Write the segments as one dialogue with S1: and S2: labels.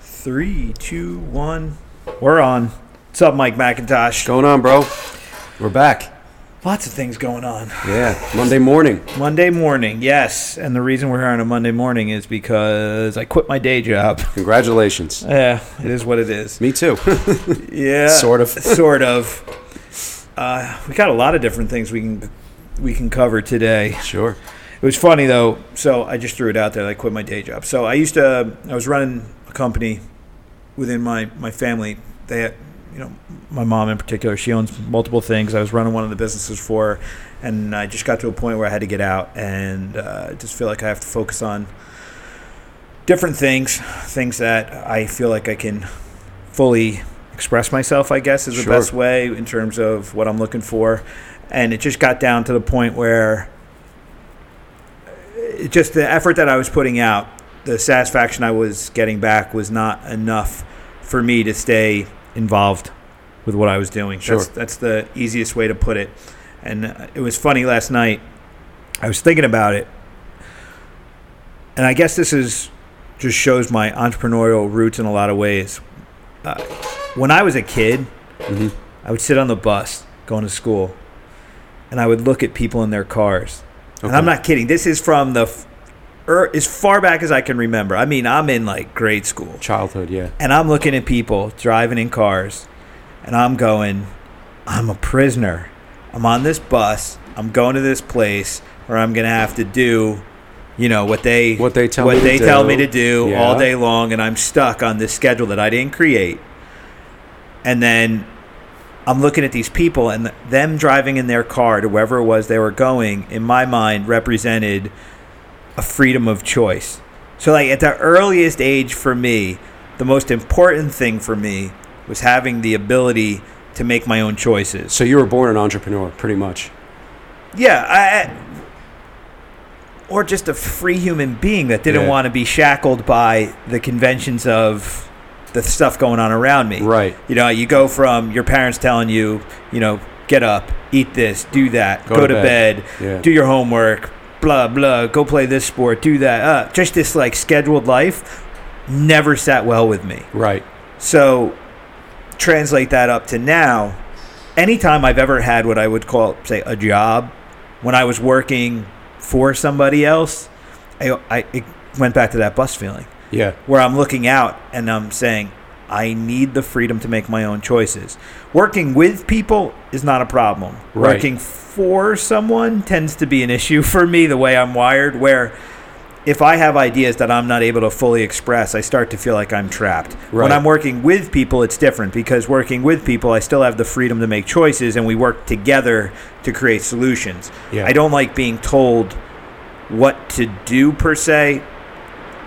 S1: Three, two, one. We're on. What's up, Mike McIntosh?
S2: Going on, bro. We're back.
S1: Lots of things going on.
S2: Yeah, Monday morning.
S1: Monday morning, yes. And the reason we're here on a Monday morning is because I quit my day job.
S2: Congratulations.
S1: Yeah, it is what it is.
S2: Me too.
S1: Yeah,
S2: Sort of.
S1: sort of. Uh, we got a lot of different things we can we can cover today.
S2: sure.
S1: It was funny though. So I just threw it out there. that I quit my day job. So I used to. I was running a company within my my family. They, had, you know, my mom in particular. She owns multiple things. I was running one of the businesses for, her, and I just got to a point where I had to get out and uh, just feel like I have to focus on different things, things that I feel like I can fully express myself. I guess is the
S2: Sure.
S1: best way in terms of what I'm looking for, and it just got down to the point where it- just the effort that I was putting out, the satisfaction I was getting back was not enough for me to stay involved with what I was doing. That's
S2: Sure.
S1: that's the easiest way to put it. And uh, it was funny last night. I was thinking about it, and I guess this is just shows my entrepreneurial roots in a lot of ways. Uh, when I was a kid,
S2: hmm
S1: I would sit on the bus going to school, and I would look at people in their cars. And
S2: Okay.
S1: I'm not kidding. This is from the f- er, as far back as I can remember. I mean, I'm in like grade school,
S2: Childhood, yeah.
S1: and I'm looking at people driving in cars, and I'm going, I'm a prisoner. I'm on this bus. I'm going to this place where I'm gonna have to do, you know, what they
S2: What they tell
S1: what
S2: me
S1: they
S2: to
S1: tell
S2: do.
S1: me to do all
S2: Yeah.
S1: day long, and I'm stuck on this schedule that I didn't create. And then I'm looking at these people, and th- them driving in their car to wherever it was they were going. In my mind, represented a freedom of choice. So, like at the earliest age for me, the most important thing for me was having the ability to make my own choices.
S2: So you were born an entrepreneur, pretty much.
S1: Yeah, I, I, or just a free human being that didn't
S2: Yeah.
S1: want to be shackled by the conventions of the stuff going on around me.
S2: Right.
S1: You know, you go from your parents telling you, you know, get up, eat this, do that, go, to, bed,
S2: Yeah.
S1: do your homework, blah blah, go play this sport, do that. Uh, just this like scheduled life never sat well with me.
S2: Right.
S1: So translate that up to now. Anytime I've ever had what I would call, say, a job, when I was working for somebody else, I, I it went back to that bus feeling
S2: Yeah.
S1: where I'm looking out and I'm saying, I need the freedom to make my own choices. Working with people is not a problem.
S2: Right.
S1: Working for someone tends to be an issue for me, the way I'm wired, where if I have ideas that I'm not able to fully express, I start to feel like I'm trapped. When
S2: Right.
S1: I'm working with people, it's different because working with people, I still have the freedom to make choices and we work together to create solutions.
S2: Yeah.
S1: I don't like being told what to do per se,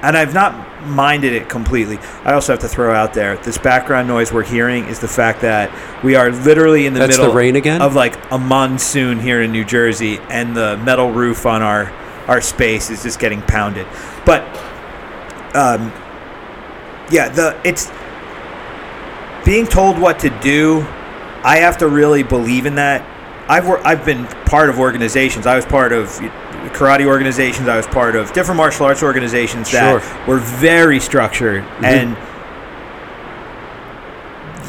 S1: and I've not minded it completely. I also have to throw out there this background noise we're hearing is the fact that we are literally in the
S2: That's
S1: middle
S2: the rain again?
S1: of like a monsoon here in New Jersey, and the metal roof on our our space is just getting pounded. But um, yeah, the it's being told what to do. I have to really believe in that. I've wor- I've been part of organizations. I was part of karate organizations. I was part of different martial arts organizations that
S2: Sure. Mm-hmm.
S1: were very structured and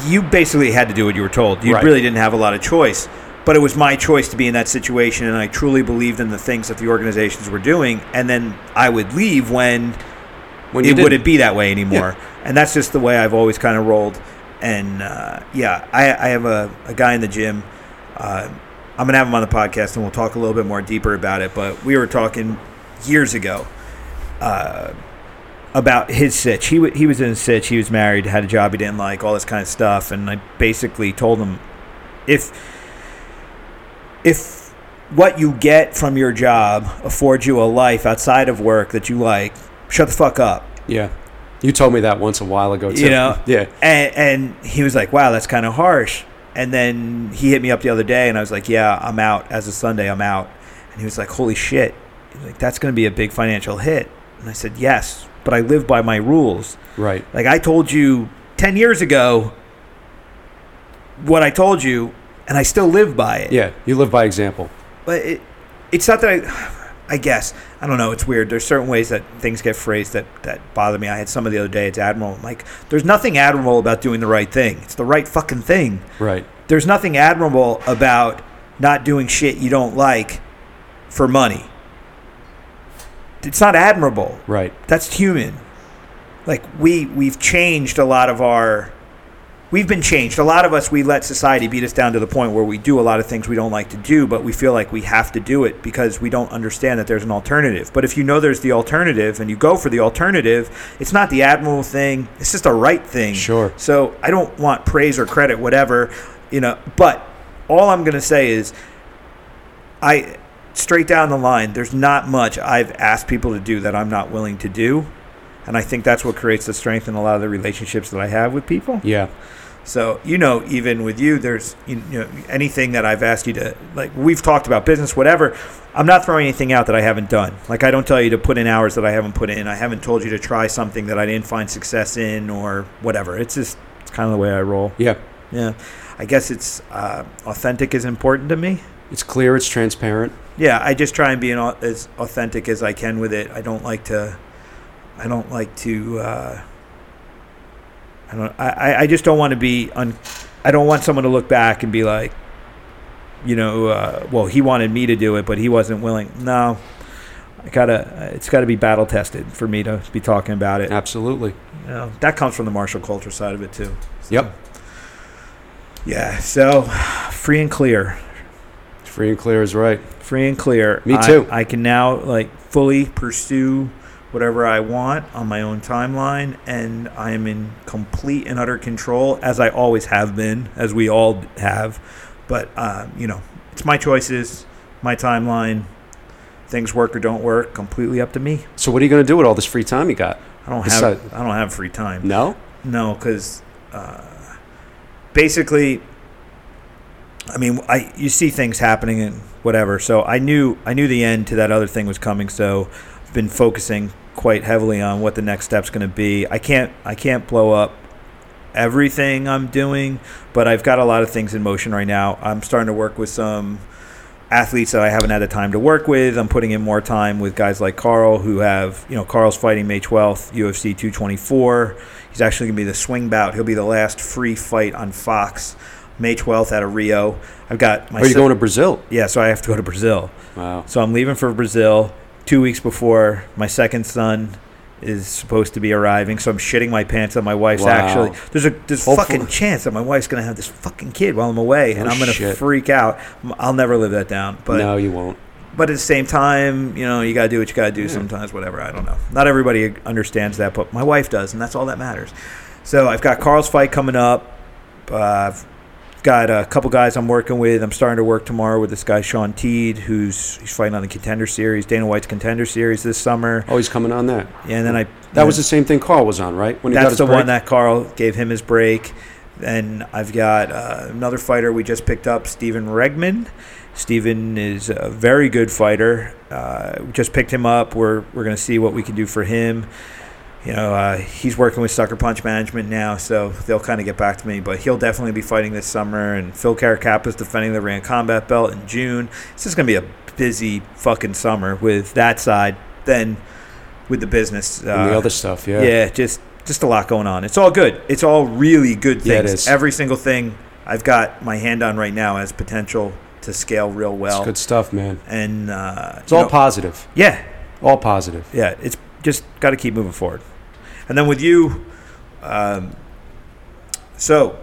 S1: you basically had to do what you were told. You
S2: Right.
S1: really didn't have a lot of choice. But it was my choice to be in that situation, and I truly believed in the things that the organizations were doing. And then I would leave when
S2: When
S1: it
S2: did-
S1: wouldn't be that way anymore. And that's just the way I've always kind of rolled. And uh, yeah, I, I have a, a guy in the gym. Uh, I'm going to have him on the podcast and we'll talk a little bit more deeper about it. But we were talking years ago uh, about his sitch. He, w- he was in a sitch. He was married, had a job he didn't like, all this kind of stuff. And I basically told him if if what you get from your job affords you a life outside of work that you like, shut the fuck up.
S2: Yeah. You told me that once a while ago, too.
S1: You know?
S2: Yeah.
S1: And, and he was like, wow, that's kind of harsh. And then he hit me up the other day and I was like, yeah, I'm out. As of Sunday, I'm out. And he was like, holy shit. He was like, that's going to be a big financial hit. And I said, yes, but I live by my rules.
S2: Right.
S1: Like I told you 10 years ago what I told you, and I still live by it
S2: Yeah. You live by example.
S1: but it, it's not that I. I guess I don't know. It's weird. There's certain ways that things get phrased that that bother me. I had some of the other day. It's admirable. I'm like, there's nothing admirable about doing the right thing. It's the right fucking thing.
S2: Right.
S1: There's nothing admirable about not doing shit you don't like for money. It's not admirable.
S2: Right.
S1: That's human. Like we we've changed a lot of our we've been changed. A lot of us we let society beat us down to the point where we do a lot of things we don't like to do, but we feel like we have to do it because we don't understand that there's an alternative. But if you know there's the alternative and you go for the alternative, it's not the admirable thing. It's just the right thing.
S2: Sure.
S1: So I don't want praise or credit, whatever, you know. But all I'm gonna say is, I straight down the line, there's not much I've asked people to do that I'm not willing to do. And I think that's what creates the strength in a lot of the relationships that I have with people.
S2: Yeah.
S1: So you know, even with you, there's you know anything that I've asked you to like. We've talked about business, whatever. I'm not throwing anything out that I haven't done. Like I don't tell you to put in hours that I haven't put in. I haven't told you to try something that I didn't find success in or whatever. It's just it's kind of the way I roll.
S2: Yeah.
S1: Yeah, I guess it's uh, authentic is important to me.
S2: It's clear. It's transparent.
S1: Yeah, I just try and be an, au- as authentic as I can with it. I don't like to. I don't like to. Uh, I don't. I, I- I just don't want to be. Un, I don't want someone to look back and be like, you know, uh, well, he wanted me to do it, but he wasn't willing. No, I gotta. It's got to be battle tested for me to be talking about it.
S2: Absolutely.
S1: You know, that comes from the martial culture side of it too. So-
S2: Yep.
S1: Yeah. So, free and clear.
S2: Free and clear is right.
S1: free and clear.
S2: Me
S1: I-
S2: too.
S1: I, can now like fully pursue whatever I want on my own timeline, and I am in complete and utter control, as I always have been, as we all have. But um, you know, it's my choices, my timeline. Things work or don't work, completely up to me.
S2: So what are you going to do with all this free time you got?
S1: I don't
S2: It's
S1: have
S2: a-
S1: I don't have free time.
S2: No.
S1: No, because uh, basically, I mean, I you see things happening and whatever. So I knew I knew the end to that other thing was coming. So I've been focusing quite heavily on what the next step's going to be. I can't I can't blow up everything I'm doing, but I've got a lot of things in motion right now. I'm starting to work with some athletes that I haven't had the time to work with. I'm putting in more time with guys like Carl, who have, you know, Carl's fighting May 12th, UFC 224. He's actually going to be the swing bout. He'll be the last free fight on Fox, May 12th out of Rio. I've got my.
S2: Are you
S1: se-
S2: going to Brazil?
S1: yeah, so I have to go to Brazil.
S2: Wow.
S1: So I'm leaving for Brazil two weeks before my second son is supposed to be arriving. So I'm shitting my pants that my wife's
S2: Wow.
S1: actually. There's a there's
S2: Hopefully-
S1: fucking chance that my wife's gonna have this fucking kid while I'm away, and
S2: Oh,
S1: I'm gonna
S2: shit.
S1: freak out. M- I'll never live that down. But
S2: no, you won't.
S1: but at the same time, you know, you gotta do what you gotta do
S2: Yeah.
S1: sometimes. Whatever. I don't know. Not everybody understands that, but my wife does, and that's all that matters. So I've got Carl's fight coming up. Uh, I've got a couple guys I'm working with. I'm starting to work tomorrow with this guy Sean Teed, who's he's fighting on the Contender Series, Dana White's Contender Series this summer.
S2: Oh, he's coming on that.
S1: And then I
S2: That was the same thing Carl was on, right? When
S1: that's the
S2: break?
S1: one that Carl gave him his break. Then I've got uh, another fighter we just picked up, Steven Regman. Steven is a very good fighter. Uh, we just picked him up. We're we're gonna see what we can do for him. You know, uh, he's working with Sucker Punch Management now, so they'll kind of get back to me. But he'll definitely be fighting this summer. And Phil Caracapa's defending the Rand Combat Belt in June. It's just gonna be a busy fucking summer with that side. Then with the business, uh,
S2: and the other stuff. Yeah.
S1: yeah. just just a lot going on. It's all good. It's all really good things.
S2: Yeah, it is.
S1: Every single thing I've got my hand on right now has potential to scale real well.
S2: It's good stuff, man.
S1: And uh,
S2: It's
S1: you
S2: all
S1: know,
S2: positive.
S1: yeah,
S2: All positive.
S1: yeah. It's just got to keep moving forward. And then with you, um, so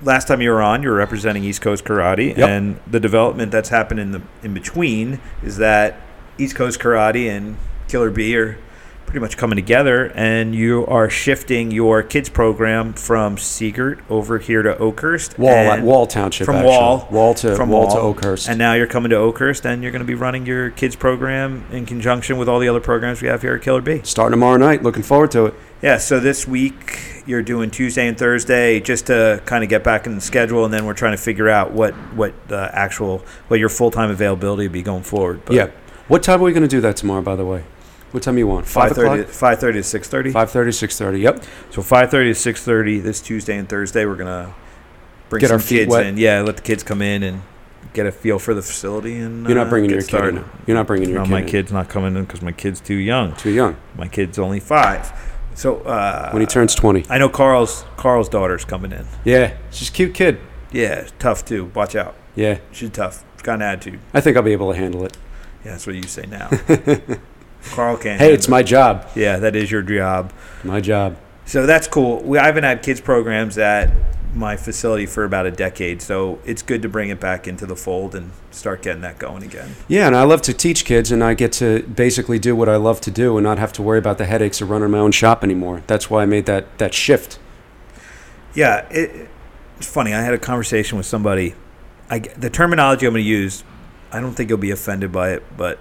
S1: last time you were on, you were representing East Coast Karate,
S2: Yep.
S1: and the development that's happened in the in between is that East Coast Karate and Killer B are pretty much coming together, and you are shifting your kids program from Seegert over here to Oakhurst.
S2: Wall,
S1: and-
S2: Wall Township.
S1: from
S2: actually.
S1: Wall-
S2: Wall to
S1: from
S2: Wall, to
S1: Wall,
S2: Oakhurst.
S1: And now you're coming to Oakhurst, and you're going to be running your kids program in conjunction with all the other programs we have here at Killer B.
S2: Starting tomorrow night. Looking forward to it.
S1: Yeah, so this week you're doing Tuesday and Thursday just to kind of get back in the schedule, and then we're trying to figure out what what uh, actual what your full time availability would be going forward. But
S2: yeah. What time are we going to do that tomorrow? By the way, what time you want?
S1: five thirty,
S2: o'clock.
S1: five thirty to six thirty.
S2: Five thirty. Six thirty. Yep.
S1: So five thirty to six thirty this Tuesday and Thursday. We're gonna bring
S2: Get
S1: some
S2: our feet
S1: kids
S2: wet.
S1: in. Yeah, let the kids come in and get a feel for the facility and
S2: You're not
S1: uh,
S2: bringing
S1: get
S2: your kid.
S1: started.
S2: In. You're not bringing your
S1: no,
S2: kid.
S1: my
S2: in.
S1: kid's not coming in because my kid's too young.
S2: Too young.
S1: My kid's only five. So uh,
S2: When he turns 20.
S1: I know Carl's Carl's daughter's coming in.
S2: Yeah. She's a cute kid.
S1: Yeah, tough too. Watch out.
S2: Yeah.
S1: She's tough. She's got an attitude.
S2: I think I'll be able to handle it.
S1: Yeah, that's what you say now. Carl can't.
S2: Hey, it's
S1: handle
S2: my job.
S1: it. Yeah, that is your job.
S2: My job.
S1: So that's cool. We, I haven't had kids programs at my facility for about a decade, so it's good to bring it back into the fold and start getting that going again.
S2: Yeah, and I love to teach kids, and I get to basically do what I love to do and not have to worry about the headaches of running my own shop anymore. That's why I made that, that shift.
S1: Yeah, it, it's funny. I had a conversation with somebody. I g the terminology I'm going to use, I don't think you'll be offended by it, but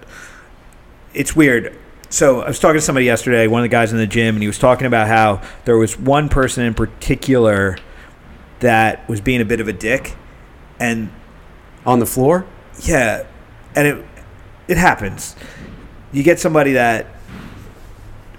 S1: it's weird. So I was talking to somebody yesterday, one of the guys in the gym, and he was talking about how there was one person in particular that was being a bit of a dick, and
S2: On the floor?
S1: yeah, and it it happens. You get somebody that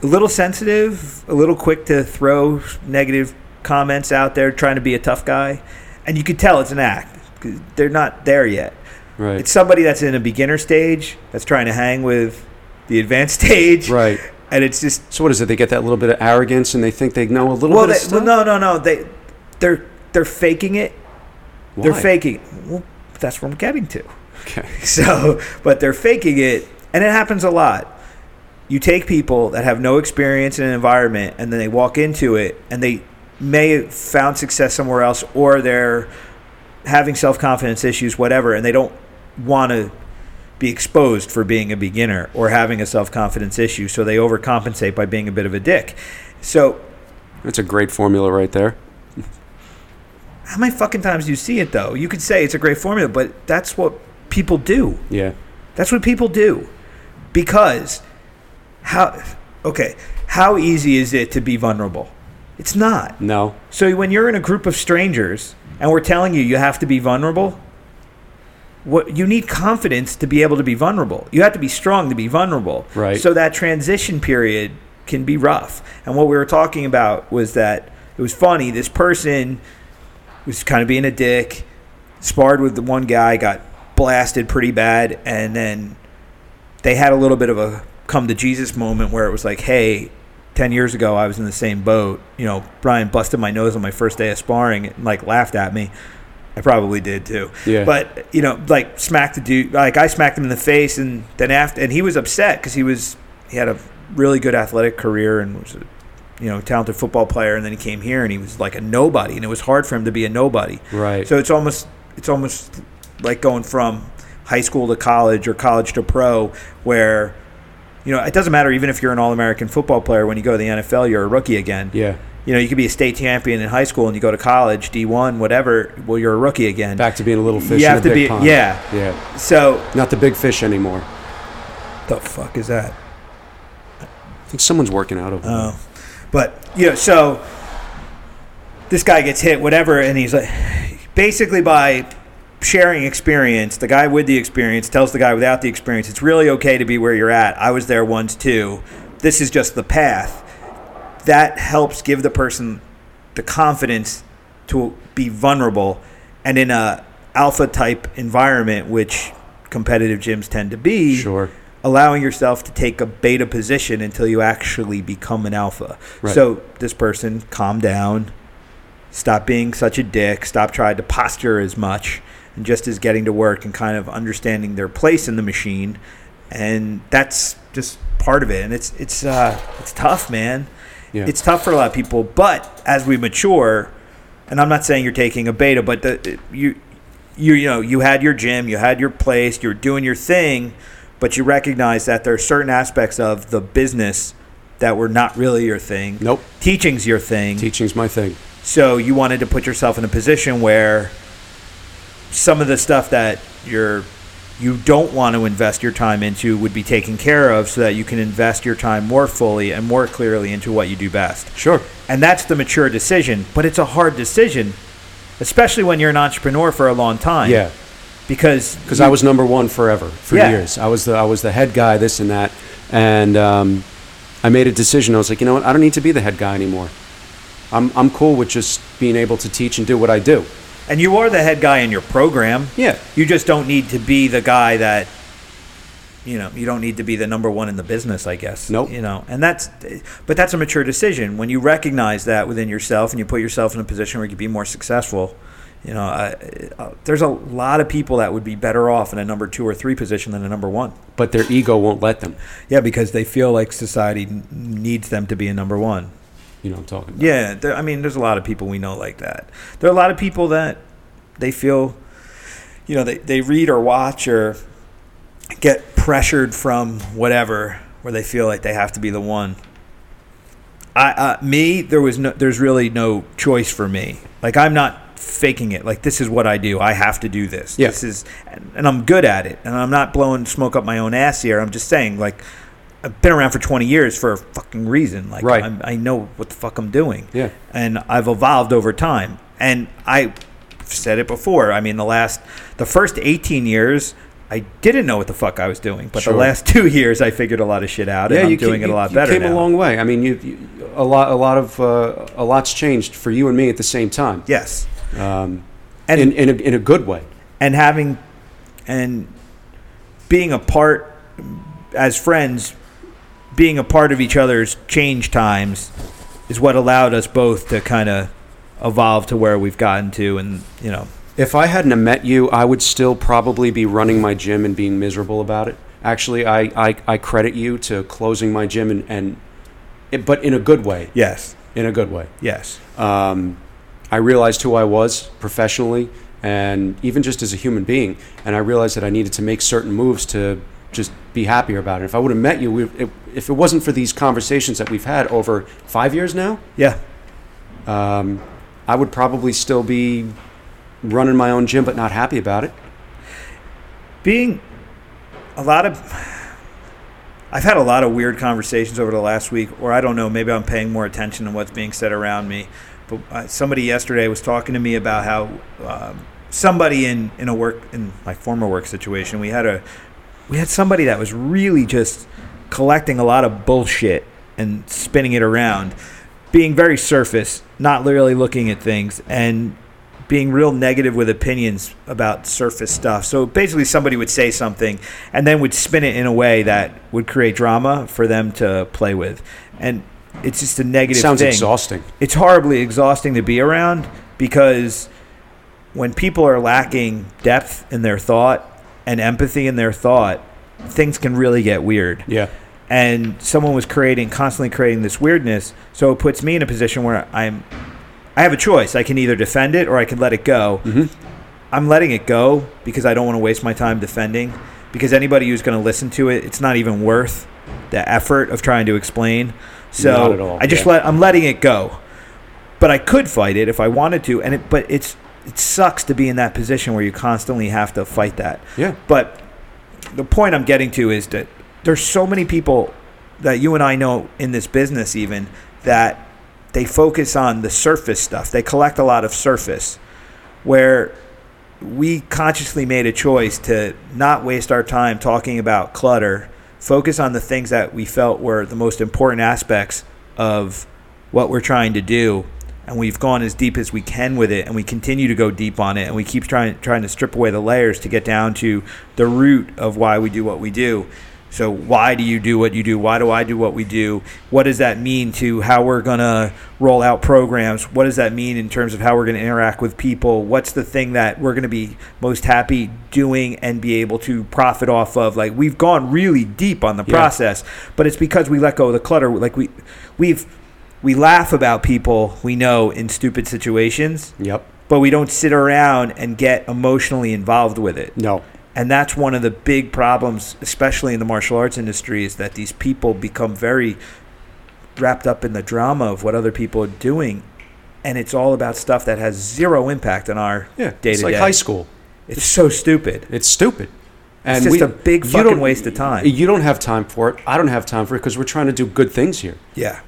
S1: a little sensitive, a little quick to throw negative comments out there, trying to be a tough guy, and you could tell it's an act. 'cause They're not there yet.
S2: Right.
S1: It's somebody that's in a beginner stage that's trying to hang with the advanced stage,
S2: right.
S1: and it's just
S2: So what is it? They get that little bit of arrogance and they think they know a little
S1: well,
S2: bit
S1: they,
S2: of
S1: well,
S2: stuff?
S1: no, no, no. They they're they're faking it. They're
S2: Why?
S1: faking. it. Well, that's what I'm getting to.
S2: Okay.
S1: So, but they're faking it, and it happens a lot. You take people that have no experience in an environment, and then they walk into it, and they may have found success somewhere else, or they're having self confidence issues, whatever, and they don't want to be exposed for being a beginner or having a self confidence issue, so they overcompensate by being a bit of a dick. So,
S2: That's a great formula right there.
S1: how many fucking times do you see it though? You could say it's a great formula, but that's what people do.
S2: Yeah.
S1: That's what people do. Because how okay, how easy is it to be vulnerable? It's not.
S2: No.
S1: So when you're in a group of strangers and we're telling you you have to be vulnerable, what you need confidence to be able to be vulnerable. You have to be strong to be vulnerable.
S2: Right.
S1: So that transition period can be rough. And what we were talking about was that it was funny this person was kind of being a dick, sparred with the one guy, got blasted pretty bad, and then they had a little bit of a come to Jesus moment where it was like, hey, 10 years ago I was in the same boat. You know, Brian busted my nose on my first day of sparring and like laughed at me. I probably did too.
S2: Yeah.
S1: But, you know, like smacked the dude, like I smacked him in the face and then after, and he was upset because he was, he had a really good athletic career and was a you know, talented football player, and then he came here and he was like a nobody, and it was hard for him to be a nobody.
S2: Right.
S1: So it's almost it's almost like going from high school to college or college to pro, where you know it doesn't matter even if you're an all-American football player when you go to the NFL, you're a rookie again.
S2: yeah.
S1: You know, you could be a state champion in high school and you go to college, D1, whatever. Well, you're a rookie again.
S2: Back to being a little fish
S1: You
S2: in
S1: have
S2: a
S1: to
S2: big
S1: be-
S2: pond.
S1: yeah.
S2: Yeah.
S1: So
S2: Not the big fish anymore.
S1: the fuck is that?
S2: I think someone's working out over there.
S1: Oh, but you know, so this guy gets hit, whatever, and he's like, basically by sharing experience, the guy with the experience tells the guy without the experience, it's really okay to be where you're at. I was there once too. This is just the path. That helps give the person the confidence to be vulnerable, and in a alpha type environment, which competitive gyms tend to be,
S2: Sure.
S1: allowing yourself to take a beta position until you actually become an alpha.
S2: Right.
S1: So this person, calm down, stop being such a dick, stop trying to posture as much, and just is getting to work and kind of understanding their place in the machine. And that's just part of it. And it's it's uh, it's tough, man.
S2: Yeah.
S1: It's tough for a lot of people. But as we mature, and I'm not saying you're taking a beta, but the, you you you know you had your gym, you had your place, you're doing your thing, but you recognize that there are certain aspects of the business that were not really your thing.
S2: Nope.
S1: Teaching's your thing.
S2: Teaching's my thing.
S1: So you wanted to put yourself in a position where some of the stuff that you're you don't want to invest your time into would be taken care of so that you can invest your time more fully and more clearly into what you do best.
S2: Sure.
S1: And that's the mature decision, but it's a hard decision, especially when you're an entrepreneur for a long time.
S2: Yeah.
S1: Because
S2: because I was number one forever for
S1: Yeah.
S2: years. I was the I was the head guy, this and that, and um, I made a decision. I was like, you know what? I don't need to be the head guy anymore. I'm I'm cool with just being able to teach and do what I do,
S1: And you are the head guy in your program.
S2: Yeah.
S1: You just don't need to be the guy that you know, you don't need to be the number one in the business, I guess.
S2: Nope.
S1: You know, and that's, but that's a mature decision. When you recognize that within yourself and you put yourself in a position where you can be more successful, you know, I, uh, there's a lot of people that would be better off in a number two or three position than a number one.
S2: But their ego won't let them.
S1: Yeah, because they feel like society n- needs them to be a number one.
S2: You know what I'm talking about.
S1: Yeah, there, I mean, there's a lot of people we know like that. There are a lot of people that they feel, you know, they, they read or watch or get pressured from whatever where they feel like they have to be the one. I uh, me there was no there's really no choice for me. Like I'm not faking it. Like this is what I do. I have to do this.
S2: Yeah.
S1: This is and, and I'm good at it. And I'm not blowing smoke up my own ass here. I'm just saying like I've been around for 20 years for a fucking reason. Like
S2: Right.
S1: I'm, I know what the fuck I'm doing
S2: Yeah.
S1: and I've evolved over time. And I said it before. I mean, the last, the first 18 years, I didn't know what the fuck I was doing. But
S2: Sure.
S1: the last two years, I figured a lot of shit out, and I'm
S2: you
S1: doing
S2: came-
S1: it a
S2: you-
S1: lot
S2: you
S1: better
S2: came
S1: now.
S2: a long way. I mean, you, you a lot, a lot of, uh, a lot's changed for you and me at the same time.
S1: Yes,
S2: Um,
S1: And-
S2: in, in, a, in a good way.
S1: and having, and being a part as friends, being a part of each other's change times, is what allowed us both to kind of evolve to where we've gotten to, and you know,
S2: If I hadn't have met you, I would still probably be running my gym and being miserable about it. Actually, I, I, I credit you to closing my gym and, and it, but in a good way.
S1: yes,
S2: In a good way.
S1: yes,
S2: um, I realized who I was professionally and even just as a human being. And I realized that I needed to make certain moves to just be happier about it. If I would have met you, we, if, if it wasn't for these conversations that we've had over five years now,
S1: yeah,
S2: um, I would probably still be running my own gym but not happy about it.
S1: being a lot of I've had a lot of weird conversations over the last week, or I don't know, maybe I'm paying more attention to what's being said around me. But uh, somebody yesterday was talking to me about how um, somebody in, in a work in my former work situation, we had a we had somebody that was really just collecting a lot of bullshit and spinning it around, being very surface, not really looking at things, and being real negative with opinions about surface stuff. So basically, somebody would say something and then would spin it in a way that would create drama for them to play with. And it's just a
S2: It
S1: negative
S2: sounds
S1: thing
S2: exhausting.
S1: it's horribly exhausting to be around because when people are lacking depth in their thought and empathy in their thought, things can really get weird.
S2: Yeah.
S1: And someone was creating, constantly creating this weirdness. So it puts me in a position where I'm, I have a choice. I can either defend it or I can let it go.
S2: Mm-hmm.
S1: I'm letting it go because I don't want to waste my time defending. Because anybody who's going to listen to it, it's not even worth the effort of trying to explain. So
S2: Not at all,
S1: I just
S2: yeah.
S1: let I'm letting it go. But I could fight it if I wanted to, and it but it's it sucks to be in that position where you constantly have to fight that.
S2: Yeah.
S1: But the point I'm getting to is that there's so many people that you and I know in this business even that they focus on the surface stuff. They collect a lot of surface where we consciously made a choice to not waste our time talking about clutter, focus on the things that we felt were the most important aspects of what we're trying to do. And we've gone as deep as we can with it, and we continue to go deep on it, and we keep trying trying to strip away the layers to get down to the root of why we do what we do. So why do you do what you do? Why do I do what we do? What does that mean to how we're going to roll out programs? What does that mean in terms of how we're going to interact with people? What's the thing that we're going to be most happy doing and be able to profit off of? Like we've gone really deep on the
S2: Yeah.
S1: process, but it's because we let go of the clutter. Like we we've we laugh about people we know in stupid situations,
S2: Yep.
S1: but we don't sit around and get emotionally involved with it.
S2: No.
S1: And that's one of the big problems, especially in the martial arts industry, is that these people become very wrapped up in the drama of what other people are doing. And it's all about stuff that has zero impact on our
S2: Yeah.
S1: day
S2: it's
S1: to
S2: like
S1: day.
S2: high school.
S1: It's so stupid.
S2: It's stupid.
S1: It's just a big
S2: you
S1: fucking
S2: don't-
S1: waste of time.
S2: You don't have time for it. I don't have time for it because we're trying to do good things here.
S1: Yeah.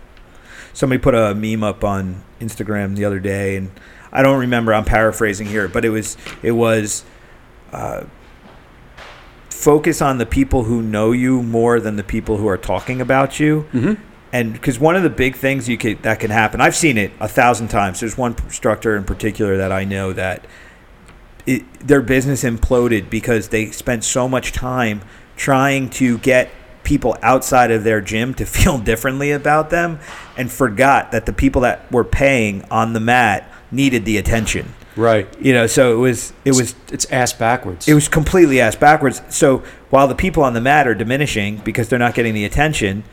S1: Somebody put a meme up on Instagram the other day, and I don't remember. I'm paraphrasing here, but it was it was uh, focus on the people who know you more than the people who are talking about you.
S2: Mm-hmm.
S1: and because one of the big things you could that can happen, I've seen it a thousand times. There's one instructor in particular that I know that it, their business imploded because they spent so much time trying to get people outside of their gym to feel differently about them and forgot that the people that were paying on the mat needed the attention.
S2: Right.
S1: You know, so it was it was
S2: It's ass backwards.
S1: it was completely ass backwards. So while the people on the mat are diminishing because they're not getting the attention,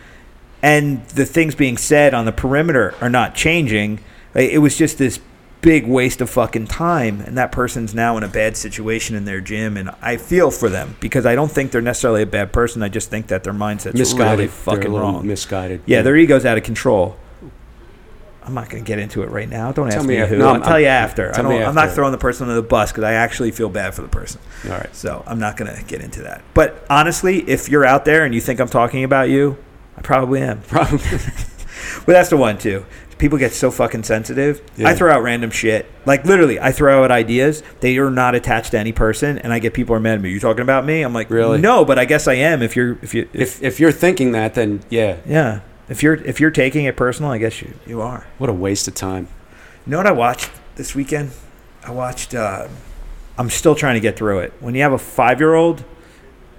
S1: and the things being said on the perimeter are not changing, i- it was just this big waste of fucking time. And that person's now in a bad situation in their gym, and I feel for them because I don't think they're necessarily a bad person. I just think that their mindset's
S2: misguided.
S1: really
S2: They're a
S1: fucking
S2: little
S1: wrong.
S2: Misguided.
S1: yeah, their ego's out of control. I'm not going to get into it right now. Don't
S2: Tell
S1: ask
S2: me
S1: me,
S2: af-
S1: who.
S2: no,
S1: I'll
S2: I'm-
S1: tell you
S2: I'm-
S1: after. I
S2: tell
S1: don't,
S2: me
S1: I'm not
S2: after.
S1: throwing the person under the bus because I actually feel bad for the person.
S2: All right.
S1: So I'm not going to get into that. But honestly, if you're out there and you think I'm talking about you, I probably am.
S2: Probably.
S1: But that's the one, too. People get so fucking sensitive.
S2: Yeah.
S1: I throw out random shit. Like, literally, I throw out ideas. They are not attached to any person. And I get people are mad at me. You talking about me? I'm like,
S2: Really?
S1: No, but I guess I am if you're, if you, if,
S2: If if you're thinking that, then yeah,
S1: yeah. If you're, if you're taking it personal, I guess you, you are.
S2: what a waste of time.
S1: You know what I watched this weekend? I watched. Uh, I'm still trying to get through it. When you have a five year old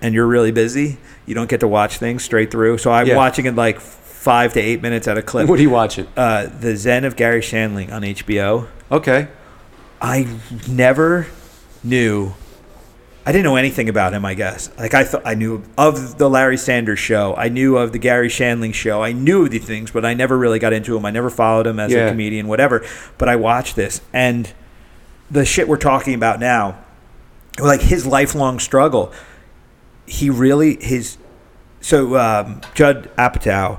S1: and you're really busy, you don't get to watch things straight through. So I'm
S2: Yeah.
S1: watching it like five to eight minutes at a clip.
S2: What are you watching?
S1: Uh, the Zen of Gary Shandling on HBO.
S2: Okay.
S1: I never knew. I didn't know anything about him. I guess like I thought I knew of the Larry Sanders Show. I knew of the Gary Shandling Show. I knew of these things, but I never really got into him. I never followed him as
S2: Yeah.
S1: a comedian, whatever. But I watched this, and the shit we're talking about now, like his lifelong struggle. He really his so um, Judd Apatow,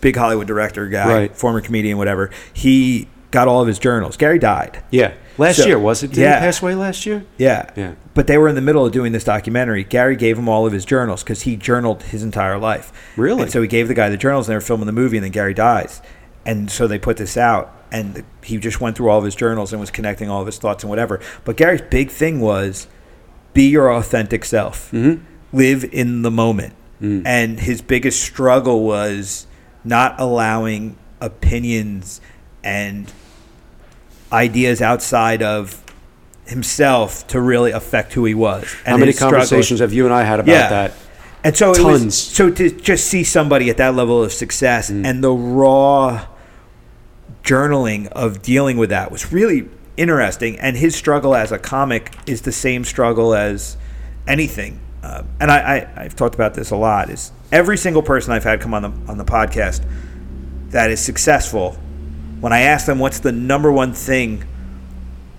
S1: big Hollywood director guy,
S2: Right.
S1: former comedian, whatever. He got all of his journals. Gary died.
S2: Yeah. Last
S1: So-
S2: year was it? Did
S1: yeah.
S2: he pass away last year?
S1: Yeah.
S2: Yeah.
S1: But they were in the middle of doing this documentary. Gary gave him all of his journals because he journaled his entire life.
S2: Really?
S1: And so he gave the guy the journals, and they were filming the movie, and then Gary dies. And so they put this out, and the- he just went through all of his journals and was connecting all of his thoughts and whatever. But Gary's big thing was be your authentic self,
S2: Mm-hmm.
S1: live in the moment.
S2: Mm.
S1: And his biggest struggle was not allowing opinions and ideas outside of himself to really affect who he was. And
S2: How many
S1: his struggle-
S2: conversations have you and I had about
S1: Yeah.
S2: that?
S1: And so it
S2: Tons.
S1: was, so to just see somebody at that level of success and the raw journaling of dealing with that was really interesting. And his struggle as a comic is the same struggle as anything. Uh, and I, I, I've talked about this a lot. Is every single person I've had come on the on the podcast that is successful, when I ask them what's the number one thing,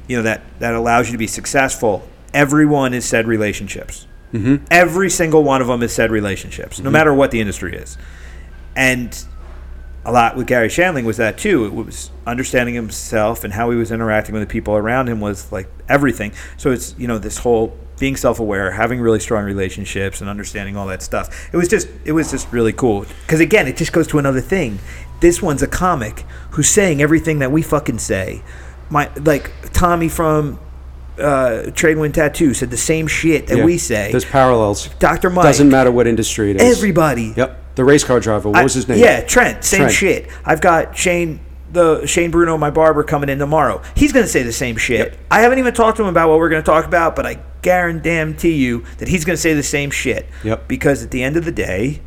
S1: you know that that allows you to be successful, everyone has said relationships. Mm-hmm. Every single one of them has said relationships, no matter what the industry is, and a lot with Gary Shandling was that too. It was understanding himself and how he was interacting with the people around him was like everything. So it's you know this whole being self-aware, having really strong relationships, and understanding all that stuff. It was just it was just really cool because again, it just goes to another thing. This one's a comic who's saying everything that we fucking say. My like Tommy from uh, Trade Wind Tattoo said the same shit that
S2: Yeah.
S1: we say.
S2: There's parallels.
S1: Dr. Mike,
S2: Doesn't matter what industry it is.
S1: everybody,
S2: Yep. The race car driver. What was his name?
S1: yeah, Trent. Same
S2: Trent.
S1: shit. I've got Shane the Shane Bruno, my barber, coming in tomorrow. He's gonna say the same shit. I haven't even talked to him about what we're gonna talk about, but I guarantee you that he's gonna say the same shit.
S2: Yep.
S1: Because at the end of the day,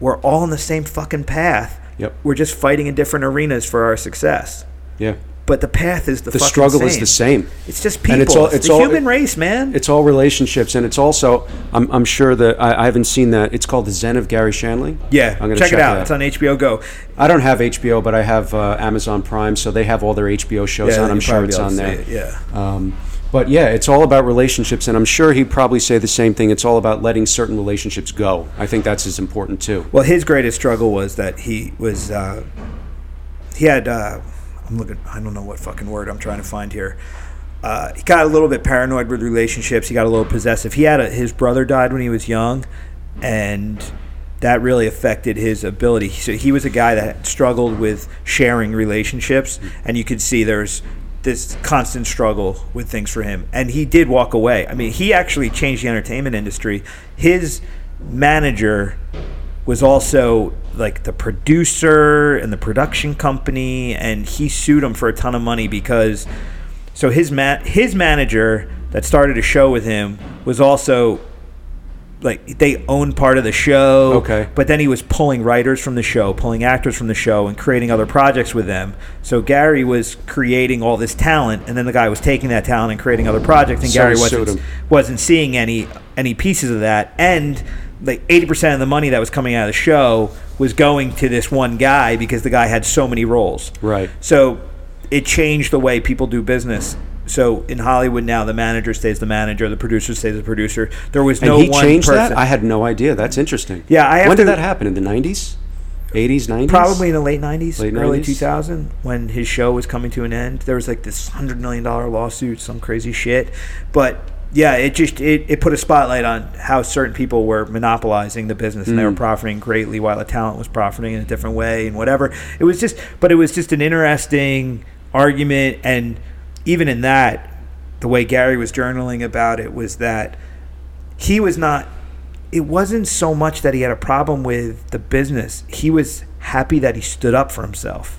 S1: we're all on the same fucking path.
S2: Yep.
S1: We're just fighting in different arenas for our success.
S2: Yeah.
S1: But the path is the,
S2: The
S1: fucking
S2: struggle is
S1: same.
S2: the same.
S1: It's just people.
S2: And it's
S1: it's
S2: all- it's
S1: the
S2: all-
S1: human race, man.
S2: It's all relationships, and it's also I'm, I'm sure that I, I haven't seen that. It's called The Zen of Gary Shanley.
S1: yeah.
S2: I'm gonna
S1: check, it out.
S2: that
S1: It's on HBO Go.
S2: I don't have HBO, but I have uh, Amazon Prime, so they have all their HBO shows
S1: Yeah,
S2: on. I'm
S1: you'll
S2: sure
S1: probably
S2: it's
S1: be able to
S2: on there.
S1: see it, yeah.
S2: Um, but yeah, it's all about relationships, and I'm sure he'd probably say the same thing. It's all about letting certain relationships go. I think that's as important too.
S1: Well, his greatest struggle was that he was uh, he had uh, I'm looking I don't know what fucking word I'm trying to find here. Uh, he got a little bit paranoid with relationships. He got a little possessive. He had a, his brother died when he was young, and that really affected his ability. So he was a guy that struggled with sharing relationships, and you could see there's this constant struggle with things for him. And he did walk away. I mean, he actually changed the entertainment industry. His manager was also like the producer and the production company, and he sued him for a ton of money because So his ma- his manager that started a show with him was also like they owned part of the show.
S2: Okay.
S1: But then he was pulling writers from the show, pulling actors from the show, and creating other projects with them. So Gary was creating all this talent, and then the guy was taking that talent and creating other projects, and
S2: So
S1: Gary
S2: he sued
S1: wasn't
S2: him.
S1: wasn't seeing any any pieces of that. And like eighty percent of the money that was coming out of the show was going to this one guy because the guy had so many roles.
S2: Right.
S1: So it changed the way people do business. So in Hollywood now, the manager stays the manager, the producer stays the producer. There was
S2: And
S1: no
S2: he
S1: one
S2: changed
S1: person.
S2: that. I had no idea. That's interesting.
S1: Yeah, I have
S2: when did
S1: to-
S2: that happen? In the nineties, eighties, nineties?
S1: Probably in the late '90s,
S2: Late
S1: early
S2: 90s?
S1: 2000, when his show was coming to an end, there was like this hundred million dollar lawsuit, some crazy shit. But yeah, it just it, it put a spotlight on how certain people were monopolizing the business and they
S2: Mm.
S1: were profiting greatly while the talent was profiting in a different way and whatever. It was just, but it was just an interesting argument, and even in that, the way Gary was journaling about it was that he was not it wasn't so much that he had a problem with the business he was happy that he stood up for himself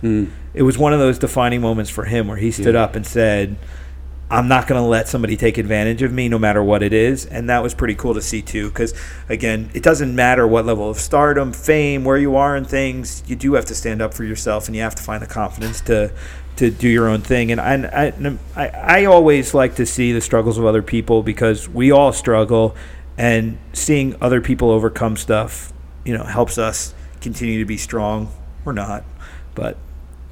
S1: it was one of those defining moments for him where he stood
S2: Yeah.
S1: up and said i'm not going to let somebody take advantage of me no matter what it is and that was pretty cool to see too because again it doesn't matter what level of stardom fame where you are in things you do have to stand up for yourself and you have to find the confidence to to do your own thing and I, I, I, I always like to see the struggles of other people because we all struggle and seeing other people overcome stuff you know helps us continue to be strong or not but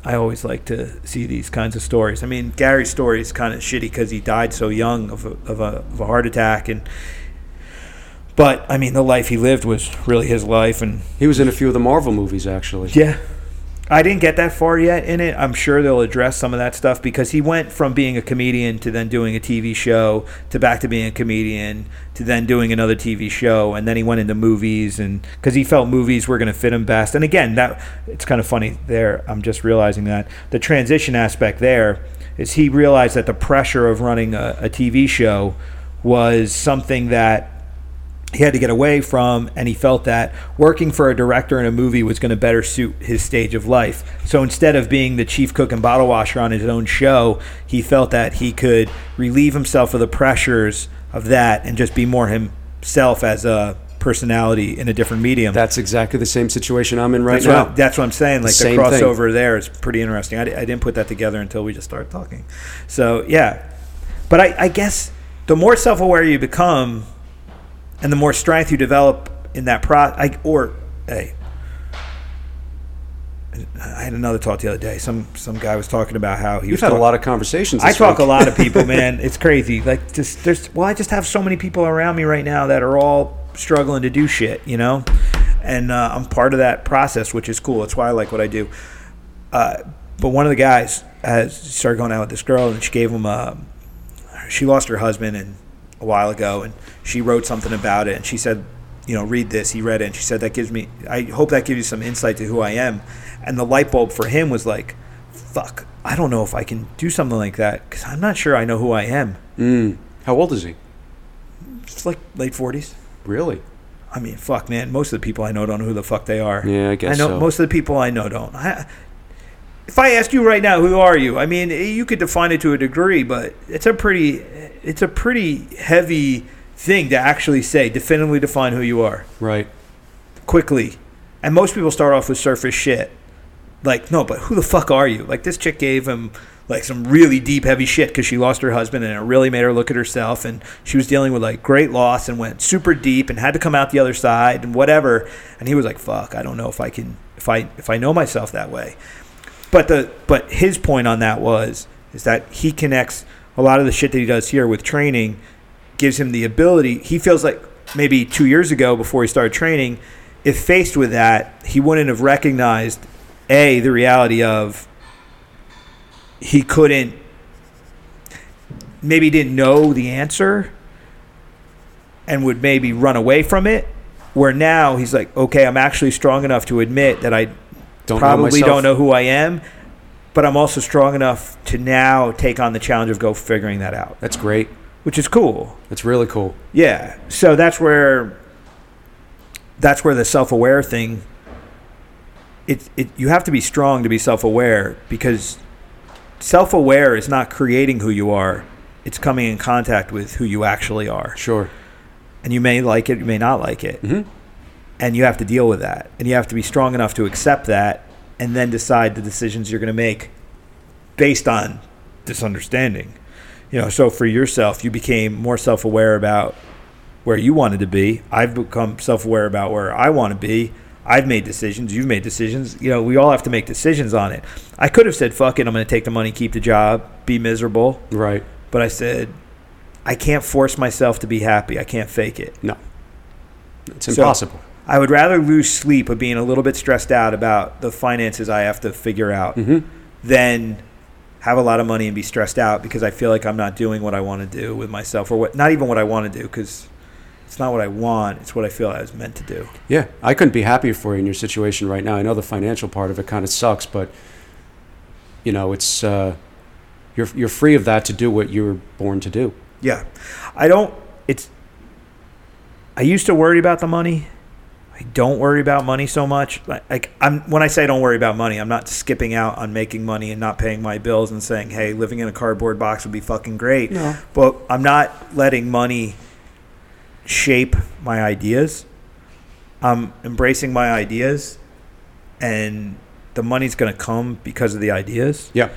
S1: i always like to see these kinds of stories i mean gary's story is kind of shitty because he died so young of a, of, a, of a heart attack and but i mean the life he lived was really his life and
S2: He was in a few of the Marvel movies, actually.
S1: yeah. I didn't get that far yet in it. I'm sure they'll address some of that stuff because he went from being a comedian to then doing a TV show to back to being a comedian to then doing another TV show and then he went into movies and cuz he felt movies were going to fit him best. And again, that it's kind of funny there. I'm just realizing that the transition aspect there is he realized that the pressure of running a, a TV show was something that he had to get away from, and he felt that working for a director in a movie was going to better suit his stage of life. So instead of being the chief cook and bottle washer on his own show, he felt that he could relieve himself of the pressures of that and just be more himself as a personality in a different medium.
S2: That's exactly the same situation I'm in right
S1: that's,
S2: now.
S1: what, that's what I'm saying. Like the,
S2: Same thing.
S1: crossover there is pretty interesting. I, di- I didn't put that together until we just started talking. So yeah, but I, I guess the more self-aware you become, and the more strength you develop in that pro, I, or hey, I had another talk the other day. Some some guy was talking about how he
S2: You've
S1: was
S2: had a
S1: talk-
S2: lot of conversations.
S1: I
S2: this
S1: talk
S2: week.
S1: a lot of people, man. It's crazy. Like just there's well, I just have so many people around me right now that are all struggling to do shit, you know. And uh, I'm part of that process, which is cool. It's why I like what I do. Uh, but one of the guys has started going out with this girl, and she gave him um, a. She lost her husband and a while ago, and she wrote something about it, and she said, you know, read this. He read it, and she said that gives me. I hope that gives you some insight to who I am. And the light bulb for him was like, fuck, I don't know if I can do something like that because I'm not sure I know who I am.
S2: Mm. How old is he?
S1: It's like late 40s.
S2: Really?
S1: I mean, fuck, man. Most of the people I know don't know who the fuck they are.
S2: Yeah, I guess
S1: I know
S2: so.
S1: most of the people I know don't. I, if I asked you right now, who are you? I mean, eh, you could define it to a degree, but it's a pretty, it's a pretty heavy thing to actually say, definitively define who you are
S2: right.
S1: quickly. And most people start off with surface shit. Like, no, but who the fuck are you? Like, this chick gave him like some really deep, heavy shit because she lost her husband and it really made her look at herself. And she was dealing with like great loss and went super deep and had to come out the other side and whatever. And he was like, fuck, I don't know if I can, if I, if I know myself that way. But the but his point on that was is that he connects a lot of the shit that he does here with training gives him the ability. He feels like maybe two years ago before he started training, if faced with that, he wouldn't have recognized a the reality of he couldn't maybe didn't know the answer and would maybe run away from it where now he's like okay i'm actually strong enough to admit that i
S2: Don't
S1: probably
S2: know
S1: don't know who I am, but I'm also strong enough to now take on the challenge of go figuring that out,
S2: That's great.
S1: which is cool.
S2: That's really cool.
S1: Yeah. So that's where that's where the self-aware thing it, it you have to be strong to be self-aware because self aware is not creating who you are, it's coming in contact with who you actually are.
S2: Sure.
S1: And you may like it, you may not like it.
S2: Mhm.
S1: And you have to deal with that. And you have to be strong enough to accept that and then decide the decisions you're going to make based on this understanding. You know, so for yourself, you became more self aware about where you wanted to be. I've become self aware about where I want to be. I've made decisions. You've made decisions. You know, we all have to make decisions on it. I could have said, fuck it, I'm going to take the money, keep the job, be miserable.
S2: Right.
S1: But I said, I can't force myself to be happy. I can't fake it.
S2: No. It's
S1: So-
S2: impossible.
S1: I would rather lose sleep of being a little bit stressed out about the finances I have to figure out
S2: Mhm.
S1: than have a lot of money and be stressed out because I feel like I'm not doing what I want to do with myself or what, not even what I want to do because it's not what I want. It's what I feel I was meant to do.
S2: Yeah, I couldn't be happier for you in your situation right now. I know the financial part of it kind of sucks, but you know, it's uh, you're you're free of that to do what you were born to do.
S1: Yeah. I don't, it's, I used to worry about the money. I don't worry about money so much. Like, like I'm, when I say I don't worry about money, I'm not skipping out on making money and not paying my bills and saying, hey, living in a cardboard box would be fucking great.
S2: No.
S1: But I'm not letting money shape my ideas. I'm embracing my ideas and the money's going to come because of the ideas
S2: Yeah.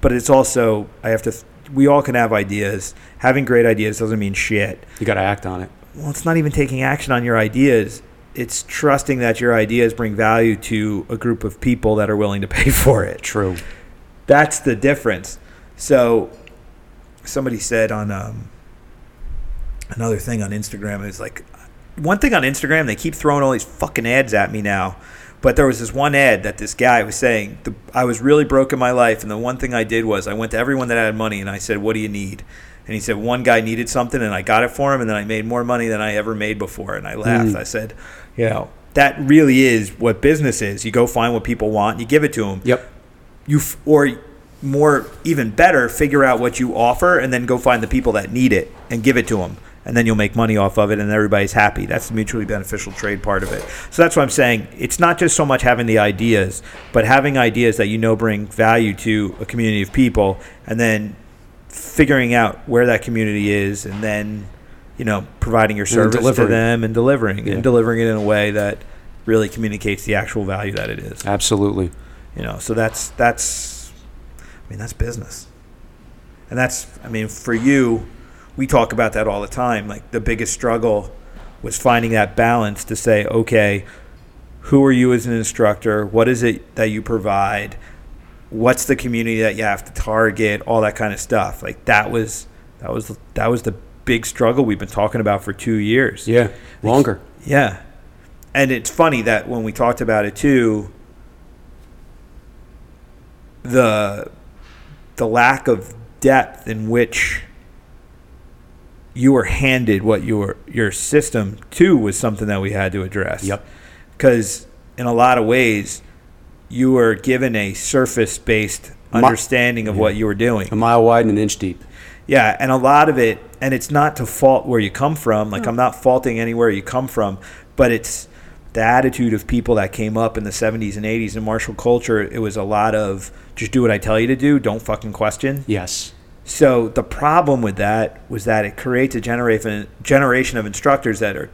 S1: but it's also I have to. We all can have ideas. Having great ideas doesn't mean shit.
S2: You got to act on it.
S1: Well, it's not even taking action on your ideas. It's trusting that your ideas bring value to a group of people that are willing to pay for it.
S2: True.
S1: That's the difference. So, somebody said on um, another thing on Instagram is like, one thing on Instagram they keep throwing all these fucking ads at me now. But there was this one ad that this guy was saying, the, I was really broke in my life, and the one thing I did was I went to everyone that had money and I said, What do you need? And he said, One guy needed something, and I got it for him, and then I made more money than I ever made before. And I laughed.
S2: Mm.
S1: I said, You know, that really is what business is. You go find what people want, and you give it to them
S2: Yep.
S1: you f- or more even better figure out what you offer and then go find the people that need it and give it to them and then you'll make money off of it and everybody's happy that's the mutually beneficial trade part of it so that's what i'm saying it's not just so much having the ideas but having ideas that you know bring value to a community of people and then figuring out where that community is and then you know providing your
S2: then
S1: service to
S2: delivering.
S1: them and delivering
S2: Yeah.
S1: and delivering it in a way that really communicates the actual value that it is
S2: Absolutely.
S1: you know so that's that's i mean that's business and that's i mean for you we talk about that all the time like the biggest struggle was finding that balance to say okay who are you as an instructor what is it that you provide what's the community that you have to target all that kind of stuff like that was that was that was the big struggle we've been talking about for 2 years
S2: Yeah. Longer.
S1: yeah. And it's funny that when we talked about it too, the the lack of depth in which you were handed what your your system too was something that we had to address.
S2: Yep.
S1: Because in a lot of ways, you were given a surface based
S2: Mi-
S1: understanding of what you were doing.
S2: A mile wide and an inch deep.
S1: Yeah, and a lot of it, and it's not to fault where you come from. Like I'm not faulting anywhere you come from, but it's the attitude of people that came up in the 70s and 80s in martial culture. It was a lot of just do what I tell you to do, don't fucking question.
S2: Yes.
S1: So the problem with that was that it creates a generation generation of instructors that are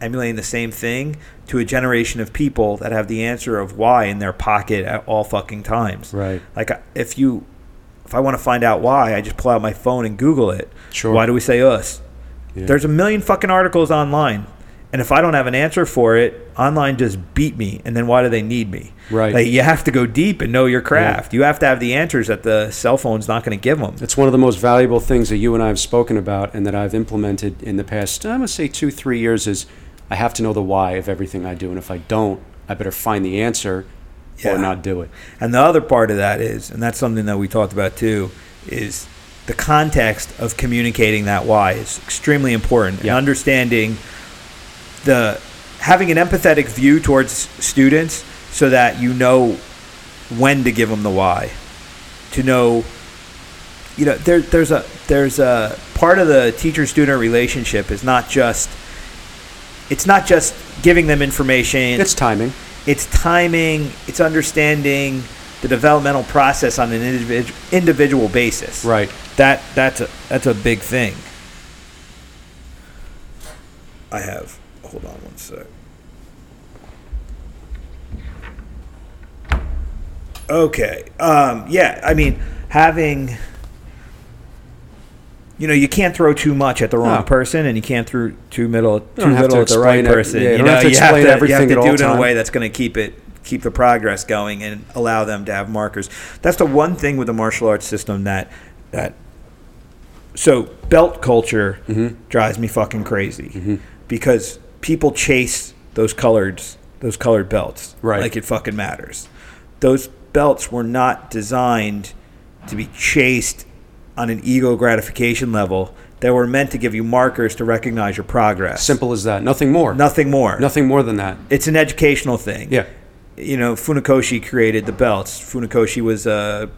S1: emulating the same thing to a generation of people that have the answer of why in their pocket at all fucking times.
S2: Right.
S1: Like I- if you if I want to find out why, I just pull out my phone and Google it.
S2: Sure.
S1: Why do we say us?
S2: Yeah.
S1: There's a million fucking articles online. And if I don't have an answer for it, online just beat me. And then why do they need me?
S2: Right.
S1: Like you have to go deep and know your craft. You have to have the answers that the cell phone's not going to give them.
S2: It's one of the most valuable things that you and I have spoken about and that I've implemented in the past, I'm going to say two, three years, is I have to know the why of everything I do. And if I don't, I better find the answer
S1: Yeah.
S2: or not do it.
S1: And the other part of that is, and that's something that we talked about too, is the context of communicating that why is extremely important.
S2: Yeah.
S1: And understanding the having an empathetic view towards students so that you know when to give them the why. To know you know there, there's a there's a part of the teacher student relationship is not just it's not just giving them information
S2: It's timing.
S1: it's timing, it's understanding the developmental process on an individual individual basis.
S2: Right.
S3: That that's a that's a big thing.
S1: I have. Hold on one sec. Okay. Um, yeah. I mean, having. You know, you can't throw too much at the wrong
S2: No.
S1: person, and you can't throw too middle too
S2: don't have
S1: little
S2: to
S1: at the right
S2: explain every-
S1: person.
S2: yeah, you
S1: you
S2: don't
S1: know,
S2: have to
S1: you
S2: explain
S1: have to,
S2: everything
S1: you
S2: at
S1: have to
S2: all
S1: do it in
S2: time.
S1: a way that's going to keep it keep the progress going and allow them to have markers. That's the one thing with the martial arts system that that so belt culture
S2: Mm-hmm.
S1: drives me fucking crazy because people chase those colored those colored belts
S2: Right.
S1: like it fucking matters those belts were not designed to be chased on an ego gratification level they were meant to give you markers to recognize your progress
S2: Simple as that. Nothing more.
S1: nothing more
S2: Nothing more than that.
S1: it's an educational thing
S2: Yeah.
S1: you know, Funakoshi created the belts. Funakoshi was a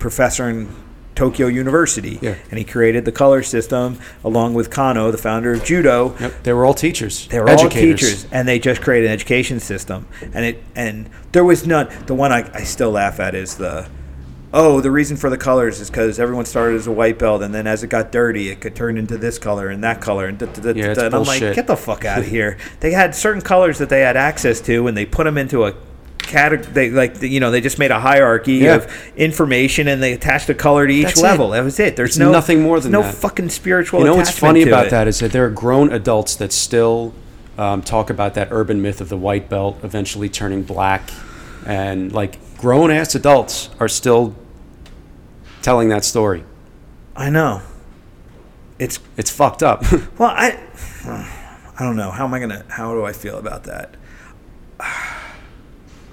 S1: professor in Tokyo University,
S2: Yeah.
S1: and he created the color system along with Kano, the founder of judo.
S2: Yep. They were all teachers.
S1: They were
S2: Educators.
S1: all teachers, and they just created an education system. And it and there was none. The one I, I still laugh at is the, oh, the reason for the colors is because everyone started as a white belt, and then as it got dirty, it could turn into this color and that color, and da, da, da,
S2: Yeah, it's
S1: da, and I'm
S2: bullshit.
S1: like, get the fuck out of here. They had certain colors that they had access to, and they put them into a category. They like you know they just made a hierarchy
S2: Yeah.
S1: of information, and they attached a color to each
S2: That's it.
S1: level. That was it. There's
S2: It's
S1: no
S2: nothing more
S1: there's
S2: than
S1: no
S2: that.
S1: fucking spiritual.
S2: You know what's
S1: attachment
S2: funny
S1: to
S2: about
S1: it.
S2: that is that there are grown adults that still um, talk about that urban myth of the white belt eventually turning black, and like grown ass adults are still telling that story.
S1: I know. It's
S2: It's fucked up.
S1: Well, I, I don't know. How am I gonna? How do I feel about that?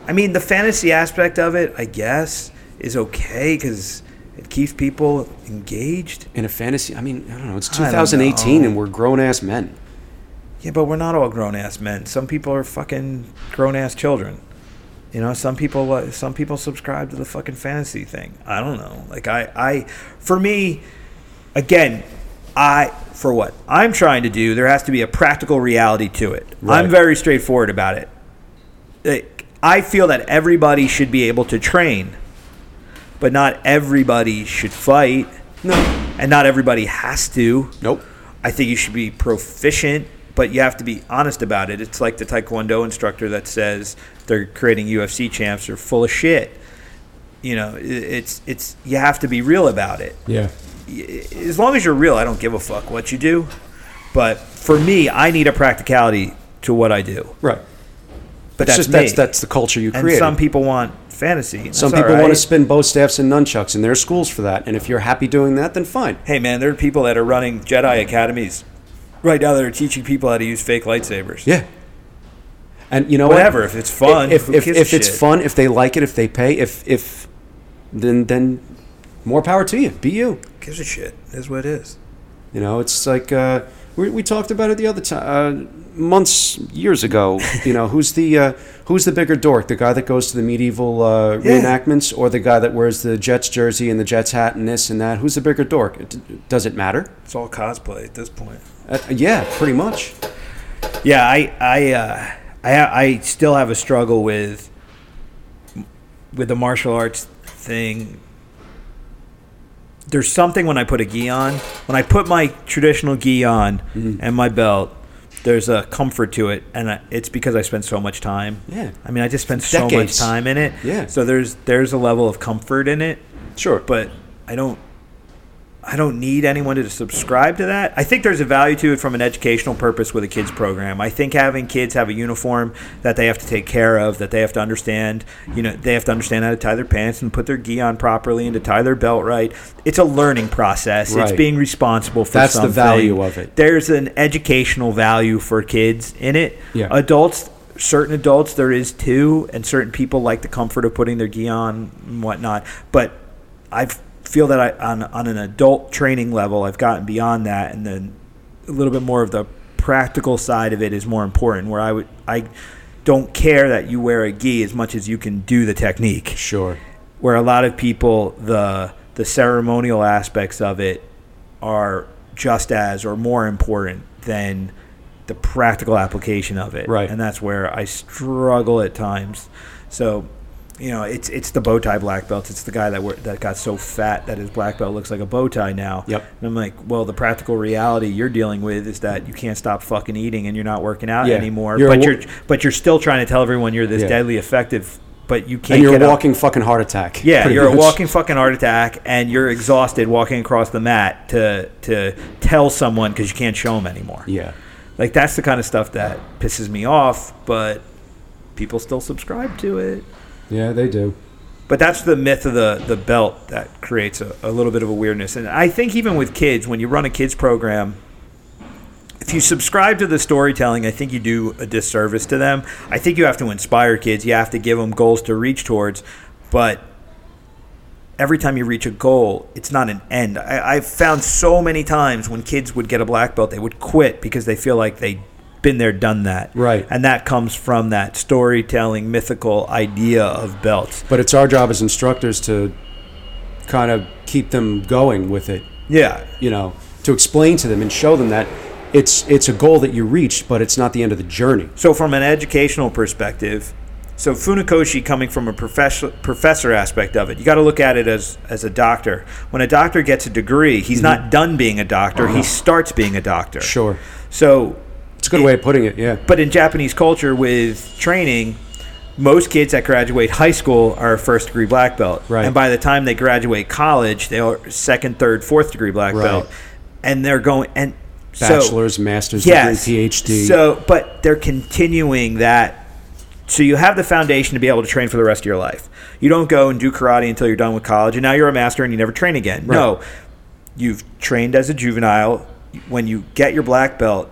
S1: I mean, the fantasy aspect of it, I guess, is okay because it keeps people engaged.
S2: In a fantasy, I mean, I don't know. It's
S1: don't
S2: 2018,
S1: know.
S2: and we're grown ass men.
S1: Yeah, but we're not all grown ass men. Some people are fucking grown ass children. You know, some people uh, some people subscribe to the fucking fantasy thing. I don't know. Like I I for me again, I for what I'm trying to do, there has to be a practical reality to it.
S2: Right.
S1: I'm very straightforward about it. Like, I feel that everybody should be able to train, but not everybody should fight,
S2: No,
S1: and not everybody has to.
S2: nope.
S1: I think you should be proficient, but you have to be honest about it. It's like the Taekwondo instructor that says they're creating UFC champs are full of shit. You know, i- it's it's you have to be real about it.
S2: Yeah,
S1: Y- As long as you're real, I don't give a fuck what you do. But for me, I need a practicality to what I do.
S2: right.
S1: But
S2: That's
S1: that's
S2: just
S1: me.
S2: that's that's the culture you
S1: and
S2: create.
S1: some people want fantasy. and
S2: Some
S1: that's all
S2: people want
S1: right.
S2: to spin both staffs and nunchucks in their schools for that, and if you're happy doing that, then fine.
S1: Hey man, there are people that are running Jedi academies right now that are teaching people how to use fake lightsabers.
S2: Yeah. And you know what?
S1: Whatever, if it's fun,
S2: If
S1: who
S2: if,
S1: gives
S2: if,
S1: a
S2: it's
S1: shit?
S2: fun, if they like it, if they pay, if if then then more power to you. Be you.
S1: Gives a shit. Is what it is.
S2: You know, it's like uh, we we talked about it the other time uh, months years ago. You know, who's the uh, who's the bigger dork? The guy that goes to the medieval uh,
S1: Yeah.
S2: reenactments, or the guy that wears the Jets jersey and the Jets hat and this and that? Who's the bigger dork? It, does it matter?
S1: It's all cosplay at this point.
S2: Uh, yeah, pretty much.
S1: Yeah, I I uh, I I still have a struggle with with the martial arts thing. There's something when I put a gi on, when I put my traditional gi on and my belt, there's a comfort to it, and I, it's because I spend so much time.
S2: Yeah.
S1: I mean, I just spend so much
S2: Decades.
S1: time in it.
S2: Yeah.
S1: So there's there's a level of comfort in it.
S2: Sure, but
S1: but I don't I don't need anyone to subscribe to that. I think there's a value to it from an educational purpose with a kids program. I think having kids have a uniform that they have to take care of, that they have to understand, you know, they have to understand how to tie their pants and put their gi on properly and to tie their belt right. It's a learning process. It's
S2: Right.
S1: being responsible for
S2: That's the
S1: something.
S2: value of it.
S1: There's an educational value for kids in it.
S2: Yeah.
S1: Adults certain adults there is too, and certain people like the comfort of putting their gi on and whatnot. But I feel that I on on an adult training level, I've gotten beyond that, and then a little bit more of the practical side of it is more important. Where I would I don't care that you wear a gi as much as you can do the technique
S2: sure.
S1: where a lot of people the the ceremonial aspects of it are just as or more important than the practical application of it
S2: Right.
S1: and that's where i struggle at times so you know, it's it's the bow tie black belt. It's the guy that were, that got so fat that his black belt looks like a bow tie now.
S2: Yep.
S1: And I'm like, well, the practical reality you're dealing with is that you can't stop fucking eating and you're not working out
S2: Yeah.
S1: anymore.
S2: You're a
S1: but
S2: wa-
S1: you're but you're still trying to tell everyone you're this
S2: Yeah.
S1: deadly effective, but you can't.
S2: and you're
S1: get
S2: a
S1: up.
S2: walking fucking heart attack.
S1: Yeah,
S2: pretty
S1: you're
S2: much.
S1: a walking fucking heart attack, and you're exhausted walking across the mat to to tell someone because you can't show them anymore.
S2: Yeah.
S1: Like that's the kind of stuff that pisses me off, but people still subscribe to it.
S2: Yeah, they do.
S1: But that's the myth of the, the belt that creates a, a little bit of a weirdness. And I think even with kids, when you run a kids program, if you subscribe to the storytelling, I think you do a disservice to them. I think you have to inspire kids. You have to give them goals to reach towards. But every time you reach a goal, it's not an end. I, I've found so many times when kids would get a black belt, they would quit because they feel like they'd been there, done that.
S2: Right.
S1: And that comes from that storytelling, mythical idea of belts.
S2: But it's our job as instructors to kind of keep them going with it,
S1: Yeah.
S2: you know, to explain to them and show them that it's it's a goal that you reached, but it's not the end of the journey.
S1: So, from an educational perspective, so Funakoshi coming from a professor, professor aspect of it, you got to look at it as, as a doctor. When a doctor gets a degree, he's not done being a doctor, he starts being a doctor.
S2: Mm-hmm. Uh-huh. Sure.
S1: So,
S2: It's a good way of putting it, yeah.
S1: but in Japanese culture with training, most kids that graduate high school are a first degree black belt.
S2: Right.
S1: And by the time they graduate college, they are second, third, fourth degree black
S2: Right.
S1: belt. And they're going, and so-
S2: Bachelor's, master's
S1: yes.
S2: degree, PhD.
S1: So, but they're continuing that. So you have the foundation to be able to train for the rest of your life. You don't go and do karate until you're done with college, and now you're a master and you never train again. No, you've trained as a juvenile. When you get your black belt,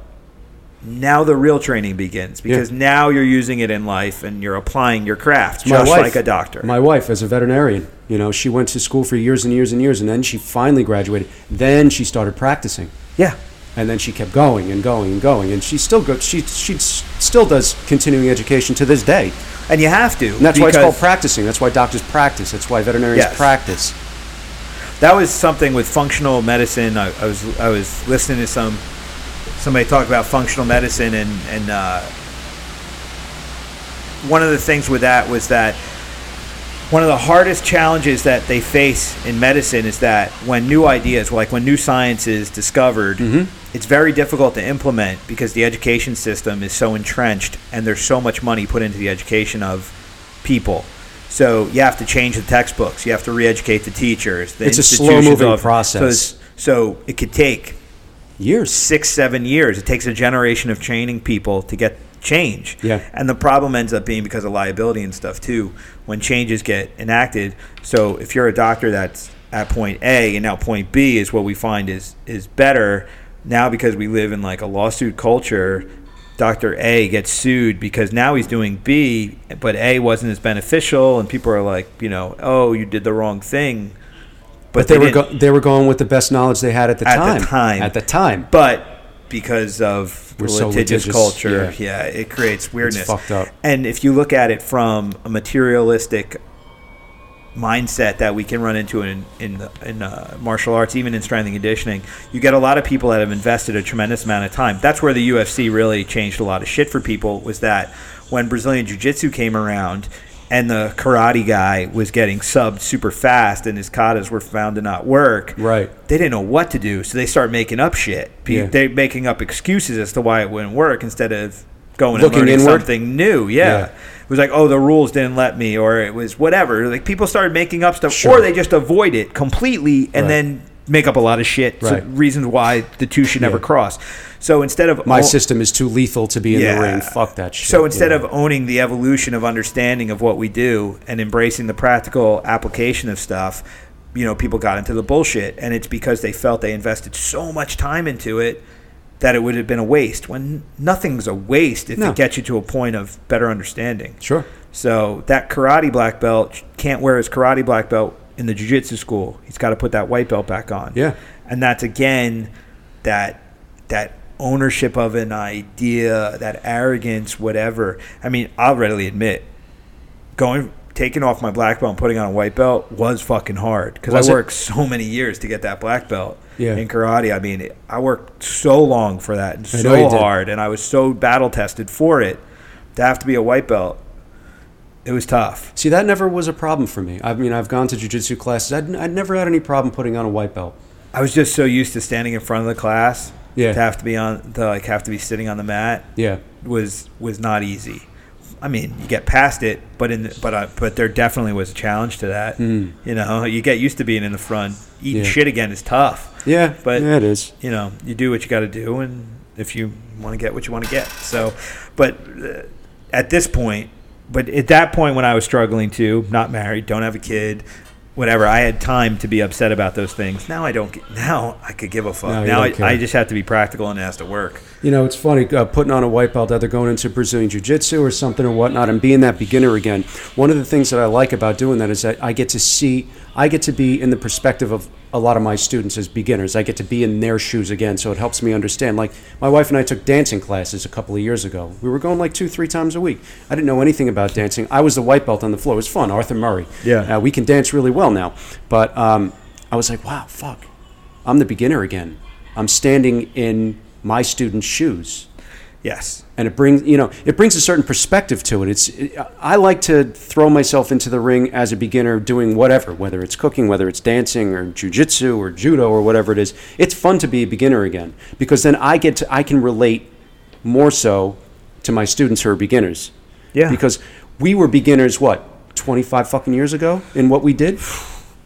S1: now the real training begins because now you're using it in life and you're applying your craft,
S2: My
S1: just
S2: wife-
S1: like a doctor.
S2: My wife is a veterinarian. You know, she went to school for years and years and years, and then she finally graduated. Then she started practicing,
S1: yeah,
S2: and then she kept going and going and going, and she still go, she she s- still does continuing education to this day.
S1: and you have to.
S2: And that's why it's called
S1: because-
S2: practicing. That's why doctors practice. That's why veterinarians
S1: Yes.
S2: practice.
S1: that was something with functional medicine. I, I was I was listening to some somebody talk about functional medicine, and and uh, one of the things with that was that one of the hardest challenges that they face in medicine is that when new ideas, like when new science is discovered,
S2: Mm-hmm.
S1: it's very difficult to implement because the education system is so entrenched and there's so much money put into the education of people. So you have to change the textbooks, you have to re-educate the teachers. The
S2: It's a
S1: institutions
S2: slow-moving
S1: of- so
S2: process.
S1: it's- So, it could take
S2: Years.
S1: six, seven years. It takes a generation of training people to get change.
S2: Yeah.
S1: And the problem ends up being because of liability and stuff too, when changes get enacted. So if you're a doctor that's at point A and now point B is what we find is is better, now because we live in like a lawsuit culture, Dr. A gets sued because now he's doing B, but A wasn't as beneficial and people are like, you know, oh, you did the wrong thing.
S2: But they, were
S1: didn't.
S2: go- they were going with the best knowledge they had at the
S1: At
S2: time.
S1: the time.
S2: At the time.
S1: but because of
S2: We're so
S1: religious,
S2: litigious,
S1: culture, yeah. it creates weirdness.
S2: fucked up.
S1: And if you look at it from a materialistic mindset that we can run into in in the- in uh, martial arts, even in strength and conditioning, you get a lot of people that have invested a tremendous amount of time. That's where the UFC really changed a lot of shit for people. Was that when Brazilian Jiu Jitsu came around? And the karate guy was getting subbed super fast, and his katas were found to not work
S2: Right.
S1: they didn't know what to do, so they start making up shit. Be-
S2: Yeah.
S1: They're making up excuses as to why it wouldn't work instead of going
S2: Looking
S1: and learning
S2: inward?
S1: something new. Yeah.
S2: Yeah.
S1: It was like, oh, the rules didn't let me, or it was whatever. Like people started making up stuff,
S2: Sure.
S1: or they just avoid it completely and
S2: Right.
S1: then make up a lot of shit. So
S2: Right.
S1: reasons why the two should never
S2: Yeah.
S1: cross. So instead of
S2: My
S1: all-
S2: system is too lethal to be in the ring. Fuck that shit.
S1: so instead
S2: you
S1: of owning the evolution of understanding of what we do and embracing the practical application of stuff, you know, people got into the bullshit. And it's because they felt they invested so much time into it that it would have been a waste when nothing's a waste if
S2: No.
S1: it gets you to a point of better understanding.
S2: Sure.
S1: So that karate black belt can't wear his karate black belt in the jiu-jitsu school. He's got to put that white belt back on.
S2: Yeah.
S1: And that's again that that ownership of an idea, that arrogance, whatever. I mean, I'll readily admit going taking off my black belt and putting on a white belt was fucking hard cuz
S2: Was
S1: I
S2: it?
S1: worked so many years to get that black belt.
S2: Yeah.
S1: In karate, I mean, I worked so long for that and
S2: I know you
S1: so
S2: did.
S1: hard and I was so battle tested for it to have to be a white belt It was tough.
S2: See, that never was a problem for me. I mean, I've gone to jujitsu classes. I'd, I'd never had any problem putting on a white belt.
S1: I was just so used to standing in front of the class.
S2: Yeah.
S1: To have to be on, to like have to be sitting on the mat
S2: Yeah.
S1: was was not easy. I mean, you get past it, but in the, but I, but there definitely was a challenge to that.
S2: Mm.
S1: You know, you get used to being in the front. Eating
S2: Yeah.
S1: shit again is tough.
S2: Yeah.
S1: But-
S2: yeah, it is.
S1: You know, you do what you got to do, and if you want to get what you want to get. So, but uh, at this point, but at that point when I was struggling too, not married, don't have a kid, whatever, I had time to be upset about those things. Now I don't. Get, now I could give a fuck.
S2: No, you
S1: now
S2: don't
S1: I,
S2: care.
S1: I just have to be practical and it has to work.
S2: You know, it's funny uh, putting on a white belt, either going into Brazilian Jiu Jitsu or something or whatnot, and being that beginner again. One of the things that I like about doing that is that I get to see, I get to be in the perspective of a lot of my students as beginners. I get to be in their shoes again, so it helps me understand. Like, my wife and I took dancing classes a couple of years ago. We were going like two, three times a week. I didn't know anything about dancing. I was the white belt on the floor. It was fun, Arthur Murray.
S1: Yeah.
S2: Uh, we can dance really well now. But um, I was like, wow, fuck. I'm the beginner again. I'm standing in my students' shoes
S1: Yes.
S2: and it brings you know it brings a certain perspective to it it's it, i like to throw myself into the ring as a beginner doing whatever whether it's cooking whether it's dancing or jujitsu or judo or whatever it is it's fun to be a beginner again because then i get to i can relate more so to my students who are beginners
S1: Yeah.
S2: because we were beginners what 25 fucking years ago in what we did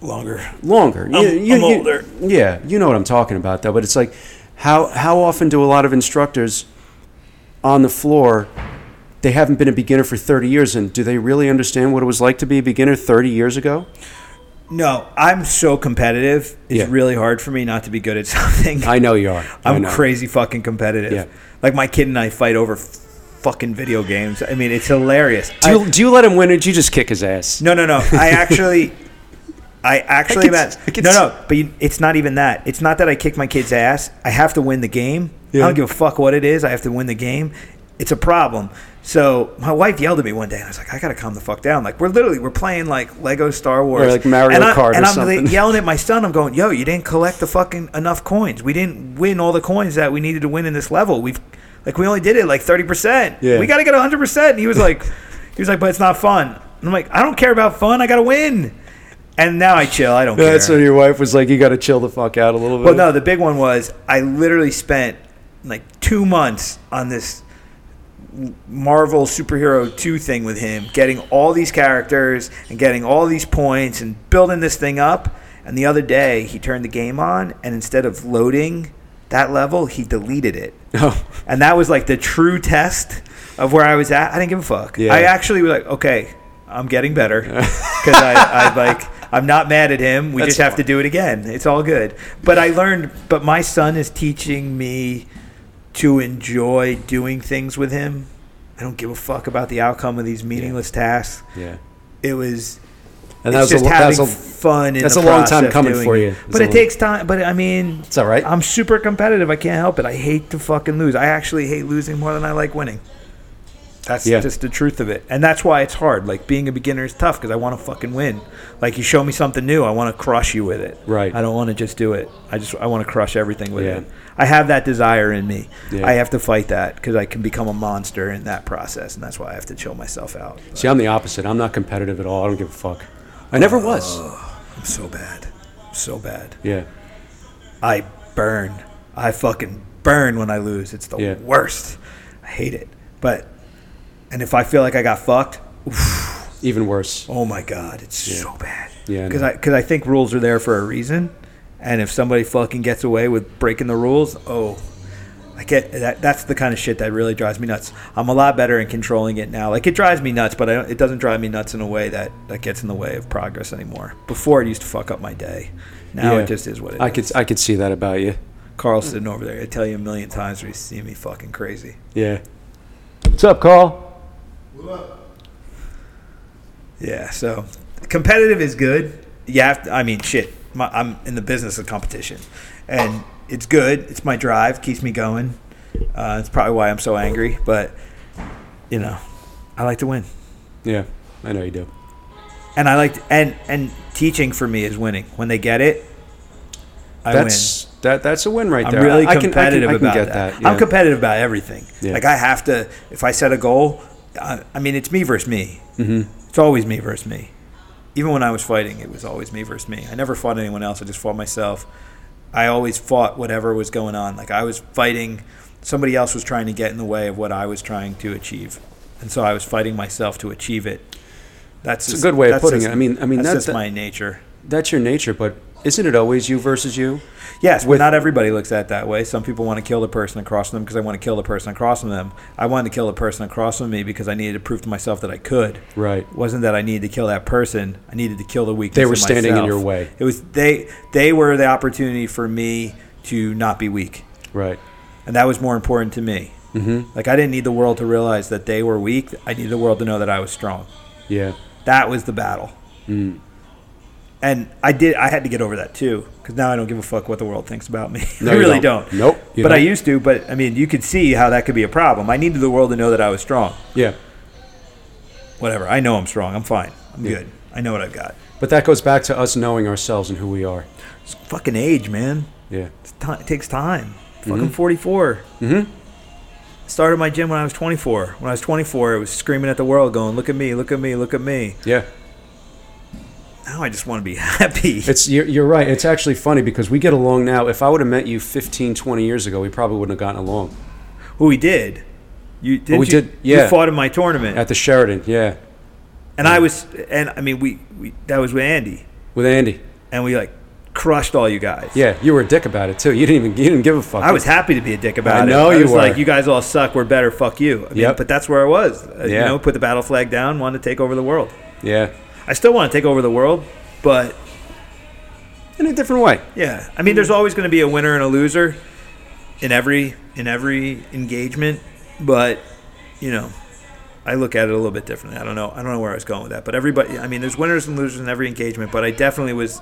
S1: Longer.
S2: longer. You-
S1: I'm-
S2: you-
S1: I'm
S2: you-
S1: older.
S2: yeah, you know what I'm talking about, though. But it's like, how how often do a lot of instructors on the floor they haven't been a beginner for 30 years, and do they really understand what it was like to be a beginner 30 years ago?
S1: No, I'm so competitive. It's
S2: Yeah.
S1: really hard for me not to be good at something.
S2: I know you are. I
S1: I'm
S2: know.
S1: crazy fucking competitive.
S2: Yeah.
S1: Like my kid and I fight over f- fucking video games. I mean, it's hilarious.
S2: Do
S1: I-
S2: you, do you let him win, or do you just kick his ass?
S1: no, no, no. I actually, I actually
S2: can
S1: met.
S2: s- I can
S1: no,
S2: s-
S1: no. But you, it's not even that. It's not that I kick my kid's ass. I have to win the game.
S2: Yeah.
S1: I don't give a fuck what it is. I have to win the game. It's a problem. So my wife yelled at me one day, and I was like, "I gotta calm the fuck down." Like we're literally we're playing like Lego Star Wars,
S2: like Mario
S1: and I,
S2: Kart or
S1: and I'm
S2: something.
S1: like, yelling at my son. I'm going, "Yo, you didn't collect the fucking enough coins. We didn't win all the coins that we needed to win in this level. We've like we only did it like thirty percent.
S2: Yeah.
S1: We got to get hundred percent." And he was like, "He was like, but it's not fun." And I'm like, "I don't care about fun. I got to win." And now I chill. I don't care.
S2: That's what your wife was like. You got to chill the fuck out a little bit.
S1: Well, no, the big one was I literally spent like two months on this Marvel superhero two thing with him, getting all these characters and getting all these points and building this thing up. And the other day, he turned the game on, and instead of loading that level, he deleted it.
S2: no.
S1: And that was like the true test of where I was at. I didn't give a fuck.
S2: Yeah.
S1: I actually was like, okay, I'm getting better because I, I like I'm not mad at him. We
S2: That's
S1: just have
S2: fine.
S1: to do it again. It's all good. But I learned. But my son is teaching me to enjoy doing things with him. I don't give a fuck about the outcome of these meaningless tasks.
S2: Yeah.
S1: It was it's
S2: And that was, a,
S1: just
S2: lo- that
S1: having
S2: was a.
S1: fun. In
S2: that's
S1: the
S2: a long time
S1: process
S2: coming
S1: doing
S2: for
S1: it.
S2: you. It's
S1: but
S2: a
S1: it
S2: long-
S1: takes time. But I mean,
S2: It's all right.
S1: I'm super competitive. I can't help it. I hate to fucking lose. I actually hate losing more than I like winning. That's
S2: Yeah.
S1: just the truth of it. And that's why it's hard. Like being a beginner is tough because I want to fucking win. Like you show me something new, I want to crush you with it.
S2: Right.
S1: I don't want to just do it. I just I want to crush everything with
S2: Yeah.
S1: it. I have that desire in me.
S2: Yeah.
S1: I have to fight that because I can become a monster in that process, and that's why I have to chill myself out. But
S2: See, I'm the opposite. I'm not competitive at all. I don't give a fuck. I never was.
S1: I'm so bad, so bad.
S2: Yeah.
S1: I burn. I fucking burn when I lose. It's the
S2: Yeah.
S1: worst. I hate it. But and if I feel like I got fucked,
S2: Even worse.
S1: oh my god, it's
S2: Yeah.
S1: so bad.
S2: Yeah, I
S1: Because
S2: know.
S1: I because I think rules are there for a reason, and if somebody fucking gets away with breaking the rules, oh. I get that. That's the kind of shit that really drives me nuts. I'm a lot better in controlling it now. Like it drives me nuts, but I don't, it doesn't drive me nuts in a way that, that gets in the way of progress anymore. Before it used to fuck up my day. Now
S2: Yeah.
S1: it just is what it is.
S2: I could I could see that about you.
S1: Carl's sitting over there. I tell you a million times when you see me fucking crazy.
S2: Yeah. What's up, Carl?
S1: Yeah, so competitive is good. You have to, I mean, shit. My, I'm in the business of competition, and it's good. It's my drive, keeps me going. Uh, it's probably why I'm so angry, but you know, I like to win,
S2: Yeah, I know you do.
S1: and I like to, and and teaching for me is winning. When they get it, I win.
S2: that's that that's a win right
S1: I'm
S2: there.
S1: really
S2: I- I can- I can-
S1: competitive
S2: I can
S1: about
S2: get
S1: that.
S2: yeah.
S1: I'm competitive about everything.
S2: Yeah. Mm-hmm.
S1: Like I have to. If I set a goal, I, I mean, it's me versus me. It's always me versus me. Even when I was fighting, it was always me versus me. I never fought anyone else. I just fought myself. I always fought whatever was going on. Like I was fighting, somebody else was trying to get in the way of what I was trying to achieve, and so I was fighting myself to achieve it. That's
S2: It's a
S1: just-
S2: good way of
S1: that's
S2: putting
S1: just-
S2: it. I mean- I mean,
S1: that's
S2: that-
S1: just
S2: that-
S1: my nature.
S2: That's your nature, but isn't it always you versus you?
S1: Yes, but
S2: with-
S1: not everybody looks at it that way. Some people want to kill the person across from them because I want to kill the person across from them. I wanted to kill the person across from me because I needed to prove to myself that I could.
S2: Right.
S1: It wasn't that I needed to kill that person. I needed to kill the weakness.
S2: They were
S1: in
S2: standing in
S1: myself.
S2: your way.
S1: It was they. They were the opportunity for me to not be weak,
S2: Right.
S1: and that was more important to me.
S2: Mm-hmm.
S1: Like I didn't need the world to realize that they were weak. I needed the world to know that I was strong.
S2: Yeah.
S1: That was the battle.
S2: Mm.
S1: And I did. I had to get over that too, because now I don't give a fuck what the world thinks about me.
S2: No,
S1: I
S2: you
S1: really
S2: don't.
S1: don't.
S2: Nope, you
S1: But I
S2: don't.
S1: used to. But I mean, you could see how that could be a problem. I needed the world to know that I was strong.
S2: Yeah.
S1: Whatever. I know I'm strong. I'm fine. I'm
S2: Yeah.
S1: good. I know what I've got.
S2: But that goes back to us knowing ourselves and who we are.
S1: It's fucking age, man.
S2: Yeah.
S1: It's ti it takes time. Fucking 44.
S2: Mm-hmm.
S1: Started my gym when I was 24. When I was 24, it was screaming at the world, going, "Look at me! Look at me! Look at me!"
S2: Yeah.
S1: Now I just want to be happy.
S2: It's you're, you're right. It's actually funny because we get along now. If I would have met you 15, 20 years ago, we probably wouldn't have gotten along.
S1: Well, we did. You did.
S2: we
S1: you,
S2: did,
S1: You
S2: yeah.
S1: fought in my tournament,
S2: At the Sheridan, yeah,
S1: and I was, and I mean, we, we that was with Andy,
S2: with Andy.
S1: and we like crushed all you guys.
S2: Yeah, you were a dick about it too. You didn't even you didn't give a fuck.
S1: I was happy to be a dick about
S2: I
S1: it.
S2: know you
S1: was
S2: were.
S1: Like you guys all suck. We're better. Fuck you. I mean,
S2: Yep.
S1: But that's where I was. Uh, You
S2: Yeah.
S1: know, put the battle flag down. Wanted to take over the world.
S2: yeah,
S1: I still want to take over the world, but
S2: in a different way.
S1: yeah. I mean, there's always going to be a winner and a loser in every in every engagement, but you know, I look at it a little bit differently. I don't know. I don't know where I was going with that, but everybody. I mean, there's winners and losers in every engagement, but I definitely was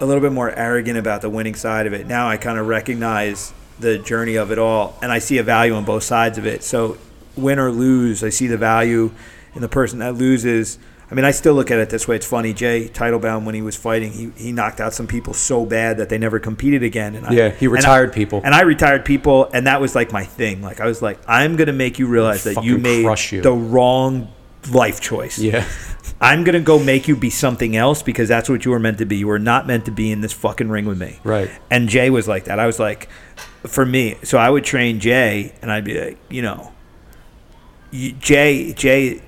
S1: a little bit more arrogant about the winning side of it. Now I kind of recognize the journey of it all, and I see a value on both sides of it. So, win or lose, I see the value in the person that loses. I mean, I still look at it this way. It's funny, Jay Titlebound when he was fighting, he, he knocked out some people so bad that they never competed again. And I,
S2: Yeah, he
S1: and I-
S2: retired people.
S1: and I retired people, and that was like my thing. Like I was like, I'm gonna make you realize that you
S2: Fucking
S1: made
S2: crush you.
S1: the wrong life choice.
S2: Yeah,
S1: I'm gonna go make you be something else because that's what you were meant to be. You were not meant to be in this fucking ring with me.
S2: right.
S1: And Jay was like that. I was like, for me, so I would train Jay, and I'd be like, you know, you- Jay, Jay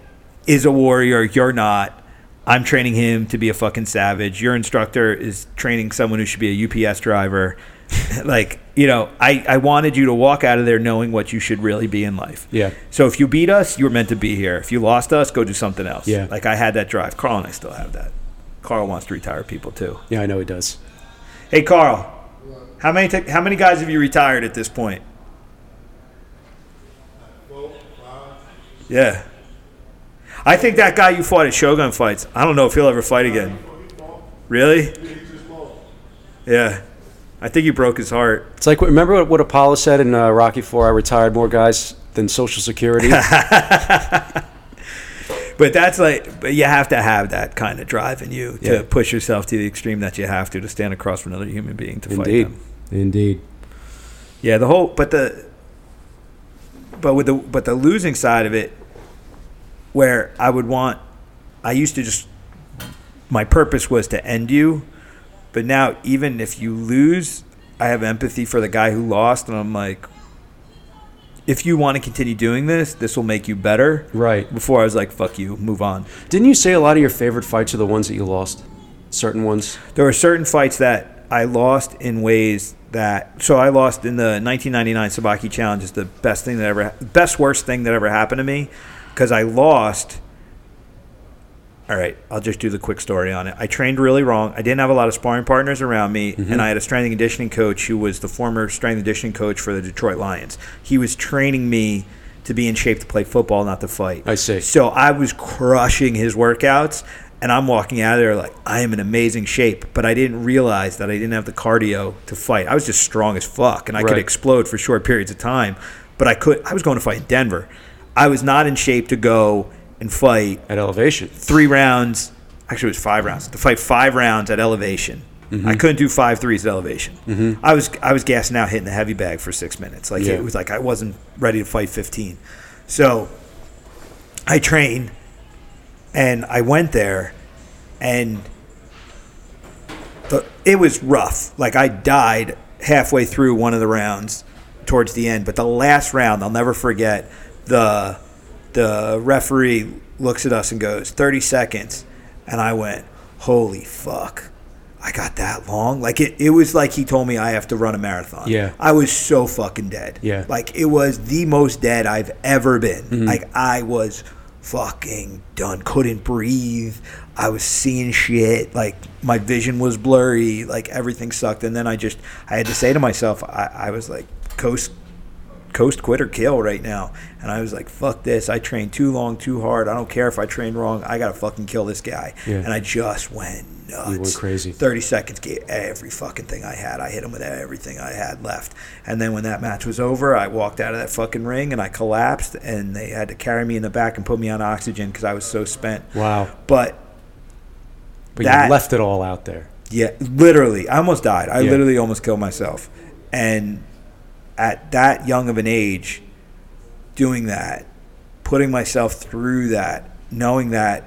S1: is a warrior. You're not. I'm training him to be a fucking savage. Your instructor is training someone who should be a UPS driver. like, you know, I, I wanted you to walk out of there knowing what you should really be in life.
S2: Yeah,
S1: So if you beat us, you were meant to be here. If you lost us, go do something else.
S2: Yeah.
S1: Like I had that drive. Carl and I still have that. Carl wants to retire people too.
S2: yeah. I know he does.
S1: Hey Carl, how many tech- how many guys have you retired at this point? Yeah. I think that guy you fought at Shogun fights. I don't know if he'll ever fight again. Really? Yeah. I think you broke his heart.
S2: It's like remember what, what Apollo said in uh, Rocky Four? I retired more guys than Social Security.
S1: But that's like, but you have to have that kind of drive in you to
S2: Yeah.
S1: push yourself to the extreme that you have to to stand across from another human being to fight
S2: Indeed,
S1: them.
S2: indeed.
S1: Yeah, the whole, but the, but with the but the losing side of it, where I would want, I used to just, my purpose was to end you, but now even if you lose, I have empathy for the guy who lost, and I'm like, if you want to continue doing this, this will make you better.
S2: Right.
S1: Before I was like, fuck you, move on.
S2: Didn't you say a lot of your favorite fights are the ones that you lost? Certain ones.
S1: there were certain fights that I lost in ways that so I lost in the 1999 Sabaki challenge is the best thing that ever best worst thing that ever happened to me cuz I lost all right, I'll just do the quick story on it. I trained really wrong. I didn't have a lot of sparring partners around me,
S2: Mm-hmm.
S1: and I had a strength and conditioning coach who was the former strength and conditioning coach for the Detroit Lions. He was training me to be in shape to play football, not to fight.
S2: I see.
S1: So I was crushing his workouts, and I'm walking out of there like I am in amazing shape, but I didn't realize that I didn't have the cardio to fight. I was just strong as fuck, and I could
S2: Right.
S1: explode for short periods of time, but I could. I was going to fight in Denver. I was not in shape to go and fight
S2: At elevation.
S1: three rounds. Actually, it was five rounds. To fight five rounds at elevation, I couldn't do five threes at elevation. I was I was gassing out, hitting the heavy bag for six minutes. Like
S2: Yeah.
S1: it was like I wasn't ready to fight fifteen. So I train, and I went there, and the, it was rough. Like I died halfway through one of the rounds, towards the end. But the last round, I'll never forget. The the referee looks at us and goes, 30 seconds. And I went, holy fuck. I got that long. Like it, it was like he told me I have to run a marathon.
S2: Yeah.
S1: I was so fucking dead.
S2: Yeah. Mm-hmm.
S1: Like it was the most dead I've ever been. Like I was fucking done. Couldn't breathe. I was seeing shit. Like my vision was blurry. Like everything sucked. And then I just I had to say to myself, I, I was like, coast coast quit or kill right now. And I was like, fuck this. I trained too long, too hard. I don't care if I train wrong. I got to fucking kill this guy.
S2: Yeah.
S1: And I just went nuts.
S2: went crazy.
S1: 30 seconds gave every fucking thing I had. I hit him with everything I had left. And then when that match was over, I walked out of that fucking ring and I collapsed. And they had to carry me in the back and put me on oxygen because I was so spent.
S2: Wow.
S1: But
S2: But
S1: That-
S2: you left it all out there.
S1: yeah, literally. I almost died. I
S2: Yeah.
S1: literally almost killed myself. And at that young of an age, doing that, putting myself through that, knowing that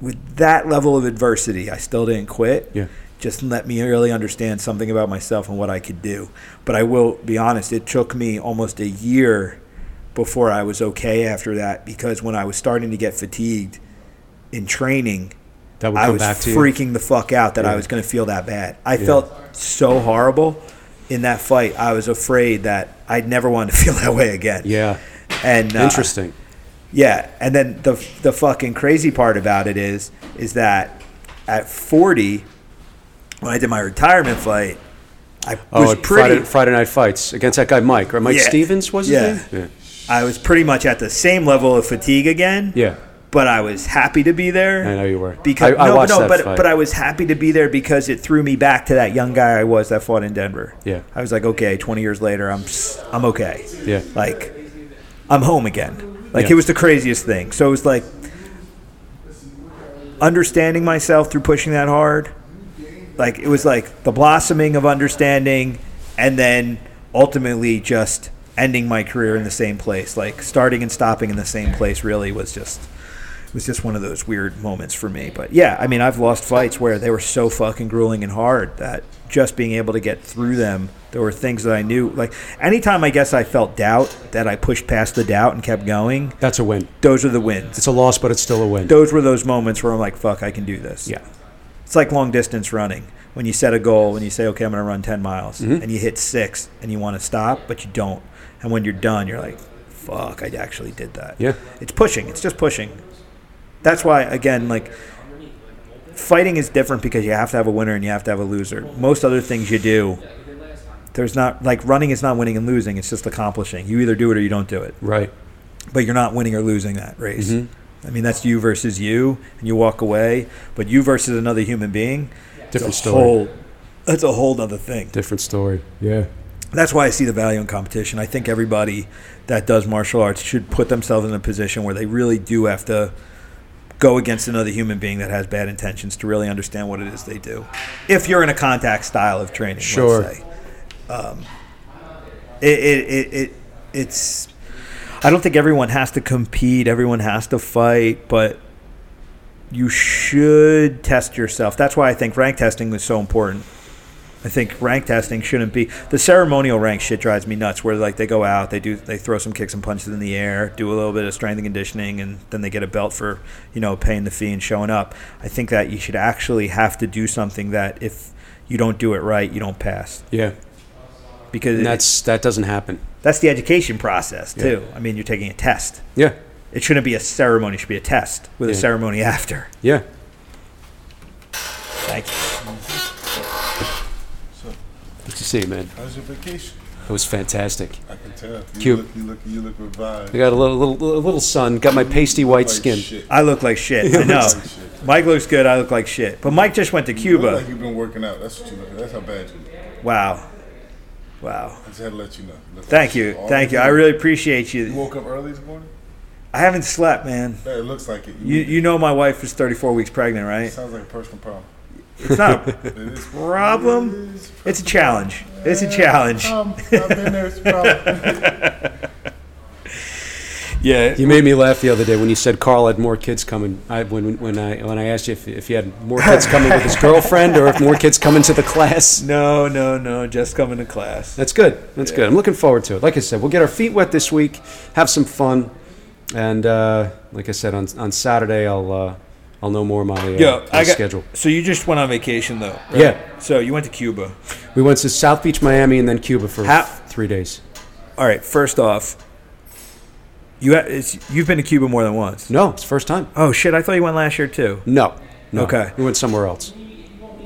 S1: with that level of adversity, I still didn't quit.
S2: Yeah.
S1: Just let me really understand something about myself and what I could do. But I will be honest, it took me almost a year before I was okay after that because when I was starting to get fatigued in training,
S2: That would
S1: I
S2: come
S1: was
S2: back to you.
S1: freaking the fuck out that I
S2: Yeah.
S1: was going to feel that bad. I felt so horrible in that fight. I was afraid that I'd never want to feel that way again.
S2: Yeah.
S1: And uh,
S2: Interesting.
S1: Yeah, and then the the fucking crazy part about it is is that at 40 when I did my retirement fight, I
S2: Oh,
S1: was
S2: at
S1: pretty
S2: Friday, Friday night fights against that guy Mike or Mike
S1: Yeah.
S2: Stevens was
S1: Yeah.
S2: his name?
S1: I was pretty much at the same level of fatigue again.
S2: Yeah.
S1: But I was happy to be there.
S2: I know you were.
S1: Because
S2: I- I
S1: no,
S2: watched
S1: no,
S2: that
S1: but
S2: fight.
S1: but I was happy to be there because it threw me back to that young guy I was that fought in Denver.
S2: Yeah.
S1: I was like, okay, 20 years later, I'm s- I'm okay.
S2: Yeah.
S1: Like, I'm home again. Like
S2: Yeah.
S1: it was the craziest thing. So it was like understanding myself through pushing that hard like it was like the blossoming of understanding and then ultimately just ending my career in the same place like starting and stopping in the same place really was just it was just one of those weird moments for me but yeah i mean i've lost fights where they were so fucking grueling and hard that just being able to get through them there were things that i knew like anytime i guess i felt doubt that i pushed past the doubt and kept going
S2: That's a win.
S1: those are the wins
S2: It's a loss, but it's still a win.
S1: those were those moments where i'm like fuck i can do this
S2: Yeah.
S1: it's like long distance running. When you set a goal and you say, okay, I'm going to run 10 miles, and you hit six and you want to stop, but you don't. And when you're done, you're like, fuck, I actually did that.
S2: Yeah.
S1: It's pushing, it's just pushing. That's why, again, like, fighting is different because you have to have a winner and you have to have a loser. Most other things you do, there's not, like, running is not winning and losing, it's just accomplishing. You either do it or you don't do it
S2: Right.
S1: but you're not winning or losing that race.
S2: Mm-hmm.
S1: I mean, that's you versus you, and you walk away. But you versus another human being, it's
S2: Different
S1: a
S2: story.
S1: Whole, that's a whole other thing.
S2: Different story. Yeah.
S1: That's why I see the value in competition. I think everybody that does martial arts should put themselves in a position where they really do have to go against another human being that has bad intentions to really understand what it is they do. If you're in a contact style of training,
S2: Sure.
S1: let's say. Um, it, it, it, it, it's. I don't think everyone has to compete, everyone has to fight, but you should test yourself. That's why I think rank testing was so important. I think rank testing shouldn't be the ceremonial rank shit drives me nuts. Where like they go out, they do they throw some kicks and punches in the air, do a little bit of strength and conditioning, and then they get a belt for you know paying the fee and showing up. I think that you should actually have to do something that if you don't do it right, you don't pass
S2: Yeah.
S1: because
S2: And
S1: that's
S2: that's that doesn't happen.
S1: that's the education process too. I mean, you're taking a test.
S2: Yeah.
S1: It shouldn't be a ceremony; it should be a test with a
S2: Yeah.
S1: ceremony after.
S2: Yeah.
S1: Thank you.
S2: Good to see you, man.
S4: How's your vacation?
S2: It was fantastic.
S4: I can tell. You
S2: Cute.
S4: Look, you look. You look revived.
S2: I got a little little, a little sun. Got my pasty white
S4: Like
S2: skin.
S4: shit.
S1: I look like shit. I
S4: You
S1: know.
S4: look like shit.
S1: Mike looks good. I look like shit. But Mike just went to
S4: You look
S1: Cuba.
S4: like you've been working out. That's what you look. That's how bad you. Look.
S1: Wow. Wow.
S4: I just had to let you know. You look
S1: Thank
S4: like
S1: you.
S4: shit. All
S1: Thank you.
S4: day.
S1: I really appreciate
S4: You
S1: you.
S4: woke up early this morning.
S1: I haven't slept, man.
S4: Yeah, it looks like it.
S1: You you know my wife was 34 weeks pregnant,
S4: it
S1: right?
S4: sounds like a personal problem.
S1: It's not a
S4: It is.
S1: problem. It's a challenge. It's a challenge.
S4: Um, I've been there. It's a problem.
S3: Yeah.
S2: You made me laugh the other day when you said Carl had more kids coming. I, when, when I when I asked you if, if he had more kids coming with his girlfriend or if more kids coming to the class.
S3: No, no, no. Just coming to class.
S2: That's good. That's good. I'm looking forward to it. Like I said, we'll get our feet wet this week, have some fun, and uh, like I said on on Saturday, I'll uh, I'll know more of my, uh,
S3: Yo,
S2: my
S3: I got,
S2: schedule.
S3: So you just went on vacation though. right?
S2: Yeah.
S3: So you went to Cuba.
S2: We went to South Beach, Miami, and then Cuba for
S1: How-
S2: three days.
S1: All right. First off, you ha- it's, you've been to Cuba more than once.
S2: No, it's the first time.
S1: Oh shit! I thought you went last year too.
S2: No. No.
S1: Okay.
S2: We went somewhere else.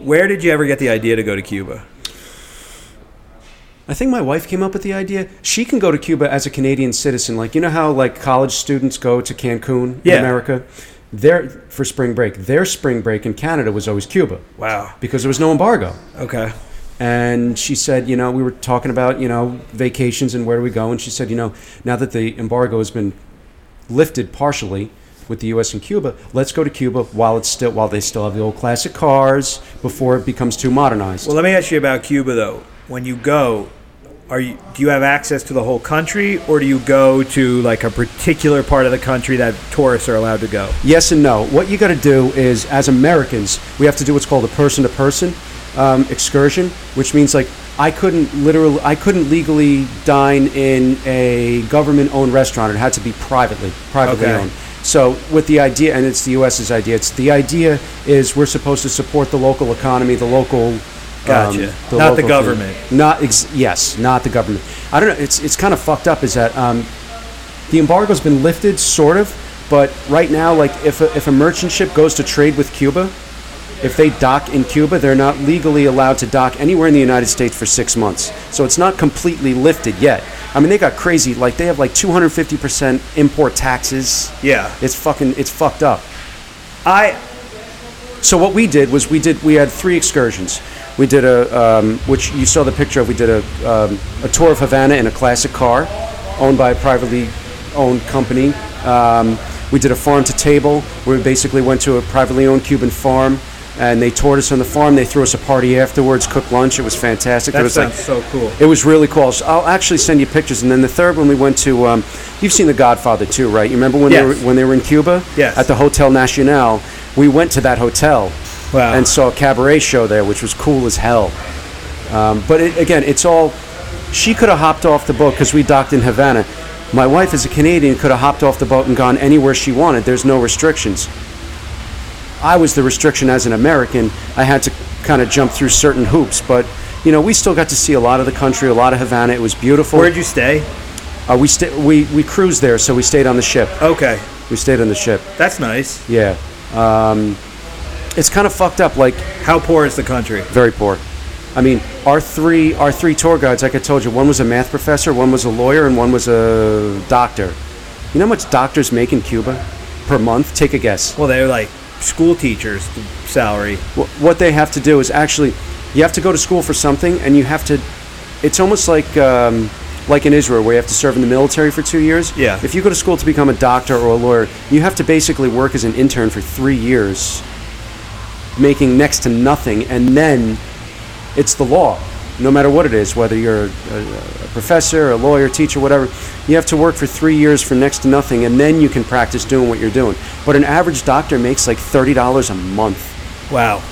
S1: Where did you ever get the idea to go to Cuba?
S2: I think my wife came up with the idea. She can go to Cuba as a Canadian citizen. Like you know how like college students go to Cancun
S1: Yeah.
S2: in America, their for spring break. Their spring break in Canada was always Cuba
S1: Wow.
S2: because there was no embargo.
S1: Okay.
S2: And she said, you know, we were talking about you know vacations and where do we go, and she said, you know, now that the embargo has been lifted partially with the U.S. and Cuba, let's go to Cuba while it's still while they still have the old classic cars before it becomes too modernized.
S1: Well, let me ask you about Cuba though. When you go, are you do you have access to the whole country, or do you go to like a particular part of the country that tourists are allowed to go?
S2: Yes and no. What you got to do is, as Americans, we have to do what's called a person-to-person um, excursion, which means like I couldn't literally, I couldn't legally dine in a government-owned restaurant. It had to be privately, privately
S1: Okay.
S2: owned. So, with the idea, and it's the U.S.'s idea. It's the idea is we're supposed to support the local economy, the local.
S1: Gotcha. Not the
S2: Um, local food.
S1: government.
S2: Not ex- yes, not the government. I don't know. It's it's kind of fucked up. Is that um, the embargo's been lifted, sort of, but right now, like if a, if a merchant ship goes to trade with Cuba, if they dock in Cuba, they're not legally allowed to dock anywhere in the United States for six months. So it's not completely lifted yet. I mean, they got crazy. Like they have like 250 percent import taxes.
S1: Yeah.
S2: it's fucking it's fucked up.
S1: I
S2: So what we did was we did we had three excursions. We did a um, which you saw the picture of. We did a um, a tour of Havana in a classic car, owned by a privately owned company. Um, we did a farm to table where we basically went to a privately owned Cuban farm, and they toured us on the farm. They threw us a party afterwards, cooked lunch. It was fantastic.
S1: that
S2: There was like
S1: sounds so cool.
S2: it was really cool. So I'll actually send you pictures. And then the third one we went to, um, you've seen The Godfather too, right? You remember when
S1: Yes.
S2: they were when they were in Cuba?
S1: Yes.
S2: At the Hotel Nacional, we went to that hotel
S1: Wow.
S2: and saw a cabaret show there, which was cool as hell. Um, but it, again, it's all. She could have hopped off the boat because we docked in Havana. My wife, as a Canadian, could have hopped off the boat and gone anywhere she wanted. There's no restrictions. I was the restriction as an American. I had to kind of jump through certain hoops, but you know, we still got to see a lot of the country, a lot of Havana. It was beautiful.
S1: Where'd you stay?
S2: uh, we sta we we cruised there, so we stayed on the ship.
S1: Okay,
S2: We stayed on the ship.
S1: that's nice.
S2: Yeah, um, it's kind of fucked up. Like
S1: How poor is the country?
S2: very poor. I mean, our three our three tour guides, like I told you, one was a math professor, one was a lawyer, and one was a doctor. You know how much doctors make in Cuba per month? Take a guess.
S1: Well, they're like school teachers' salary.
S2: Wh- what they have to do is actually you have to go to school for something and you have to it's almost like um, like in israel where you have to serve in the military for two years
S1: Yeah.
S2: if you go to school to become a doctor or a lawyer you have to basically work as an intern for three years making next to nothing and then it's the law no matter what it is whether you're a, a professor a lawyer teacher whatever you have to work for three years for next to nothing and then you can practice doing what you're doing but an average doctor makes like $30 a month
S1: Wow.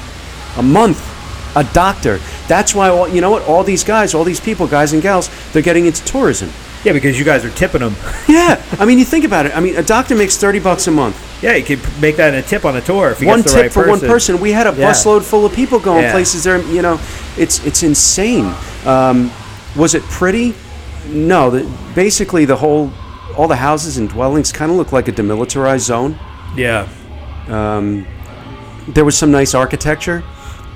S2: a month a doctor that's why all, you know what all these guys all these people guys and gals they're getting into tourism
S1: Yeah, because you guys are tipping them.
S2: yeah i mean you think about it i mean a doctor makes 30 bucks a month
S1: Yeah, you could make that in a tip on a tour if you
S2: one
S1: get the
S2: tip
S1: right
S2: for one person we had a
S1: Yeah.
S2: busload full of people going
S1: Yeah.
S2: places there you know it's it's insane um, was it pretty no the, basically the whole all the houses and dwellings kind of look like a demilitarized zone
S1: Yeah.
S2: there was some nice architecture,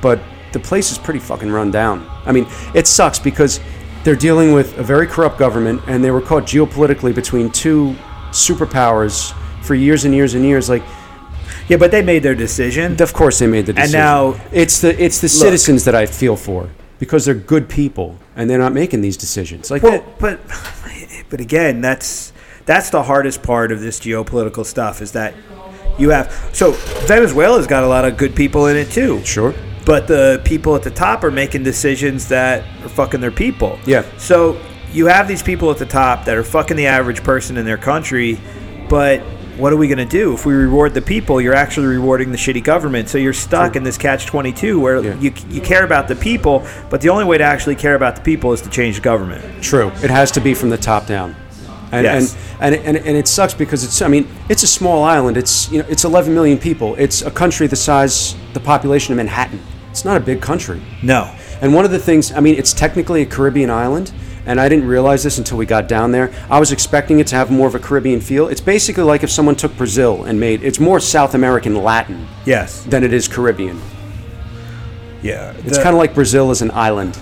S2: but the place is pretty fucking run down. I mean, it sucks because they're dealing with a very corrupt government and they were caught geopolitically between two superpowers for years and years and years. Like,
S1: Yeah, but they made their decision.
S2: of course they made the
S1: And
S2: decision.
S1: now-
S2: it's the it's the citizens that I feel for because they're good people and they're not making these decisions. Like
S1: Well, but but again, that's that's the hardest part of this geopolitical stuff is that you have so Venezuela's got a lot of good people in it too.
S2: Sure.
S1: But the people at the top are making decisions that are fucking their people.
S2: Yeah.
S1: So you have these people at the top that are fucking the average person in their country, but what are we going to do? If we reward the people, you're actually rewarding the shitty government. So you're stuck in this catch 22 where
S2: Yeah.
S1: you, you care about the people, but the only way to actually care about the people is to change the government.
S2: True. It has to be from the top down. And,
S1: Yes.
S2: and, and, and, and it sucks because it's, I mean, it's a small island. It's, you know, it's 11 million people. It's a country the size, the population of Manhattan. It's not a big country.
S1: No.
S2: And one of the things, I mean, it's technically a Caribbean island, and I didn't realize this until we got down there. I was expecting it to have more of a Caribbean feel. It's basically like if someone took Brazil and made it's more South American Latin
S1: Yes.
S2: than it is Caribbean.
S1: Yeah.
S2: It's kind of like Brazil is an island.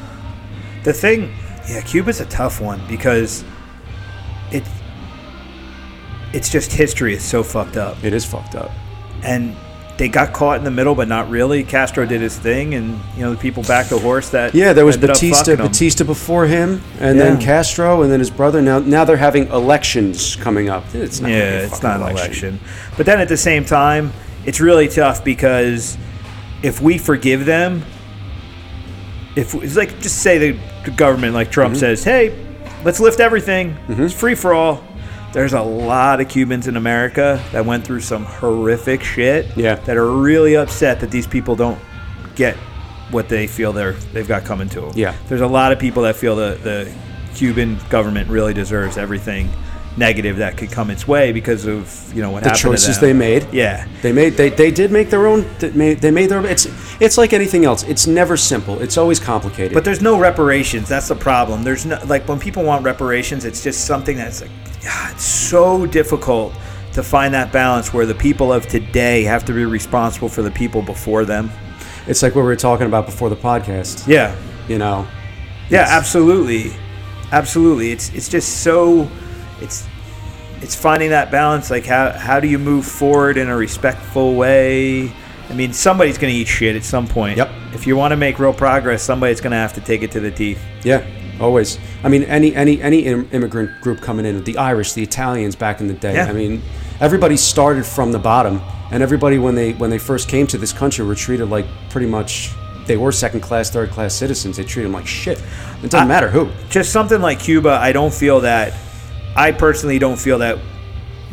S1: The thing, yeah, Cuba's a tough one because it it's just history is so fucked up,
S2: It is fucked up.
S1: and they got caught in the middle, but not really. Castro did his thing, and you know the people backed the horse. That
S2: Yeah, there was
S1: ended up
S2: Batista,
S1: fucking 'em.
S2: Batista before him, and then
S1: Yeah.
S2: Castro, and then his brother. Now, now they're having elections coming up. It's not gonna be
S1: Yeah,
S2: a
S1: it's
S2: fucking
S1: not an election, but then at the same time, it's really tough because if we forgive them, if it's like just say the the government, like Trump
S2: Mm-hmm.
S1: says, hey, let's lift everything. It's free for all. There's a lot of Cubans in America that went through some horrific shit.
S2: Yeah.
S1: That are really upset that these people don't get what they feel they're they've got coming to them.
S2: Yeah.
S1: There's a lot of people that feel the the Cuban government really deserves everything negative that could come its way because of you know what
S2: The
S1: happened to
S2: choices
S1: them.
S2: they made.
S1: Yeah.
S2: They made they, they did make their own. They made, they made their. It's it's like anything else. It's never simple. It's always complicated.
S1: But there's no reparations. That's the problem. There's no like when people want reparations, it's just something that's like ah, it's so difficult to find that balance where the people of today have to be responsible for the people before them.
S2: it's like what we were talking about before the podcast.
S1: Yeah.
S2: You know,
S1: Yeah,
S2: It's-
S1: absolutely, absolutely. It's it's just so, it's it's finding that balance. Like how how do you move forward in a respectful way? I mean, somebody's gonna eat shit at some point.
S2: Yep.
S1: If you want to make real progress, somebody's gonna have to take it to the teeth.
S2: yeah, always. I mean, any any any im- immigrant group coming in, the Irish, the Italians back in the day.
S1: Yeah.
S2: I mean, everybody started from the bottom, and everybody when they when they first came to this country were treated like pretty much they were second class, third class citizens. They treated them like shit. It doesn't matter who.
S1: Just something like Cuba, I don't feel that. I personally don't feel that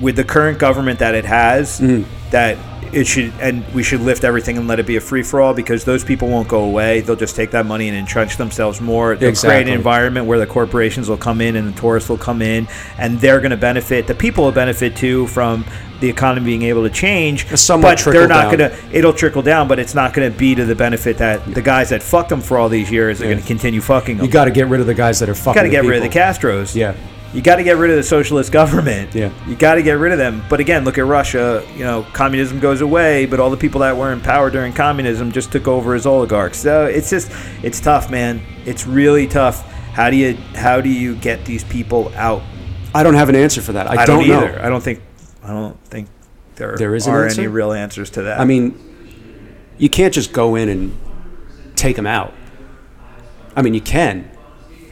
S1: with the current government that it has,
S2: Mm-hmm.
S1: that it should and we should lift everything and let it be a free for all because those people won't go away. They'll just take that money and entrench themselves more. They'll create
S2: Exactly.
S1: an environment where the corporations will come in and the tourists will come in and they're going to benefit. The people will benefit too from the economy being able to change.
S2: A somewhat
S1: but they're not
S2: trickle down.
S1: going to. It'll trickle down, but it's not going to be to the benefit that the guys that fucked them for all these years are going to continue fucking them.
S2: You got to get rid of the guys that are fucking.
S1: You got to get
S2: the
S1: rid of the
S2: people.
S1: Castros.
S2: Yeah.
S1: You got to get rid of the socialist government.
S2: Yeah.
S1: You got to get rid of them. But again, look at Russia. You know, communism goes away, but all the people that were in power during communism just took over as oligarchs. So it's just, it's tough, man. It's really tough. How do you, how do you get these people out?
S2: I don't have an answer for that. I,
S1: I don't,
S2: know.
S1: either. I don't think, I don't think there,
S2: There is an
S1: are
S2: answer?
S1: any real answers to that.
S2: I mean, you can't just go in and take them out. I mean, you can.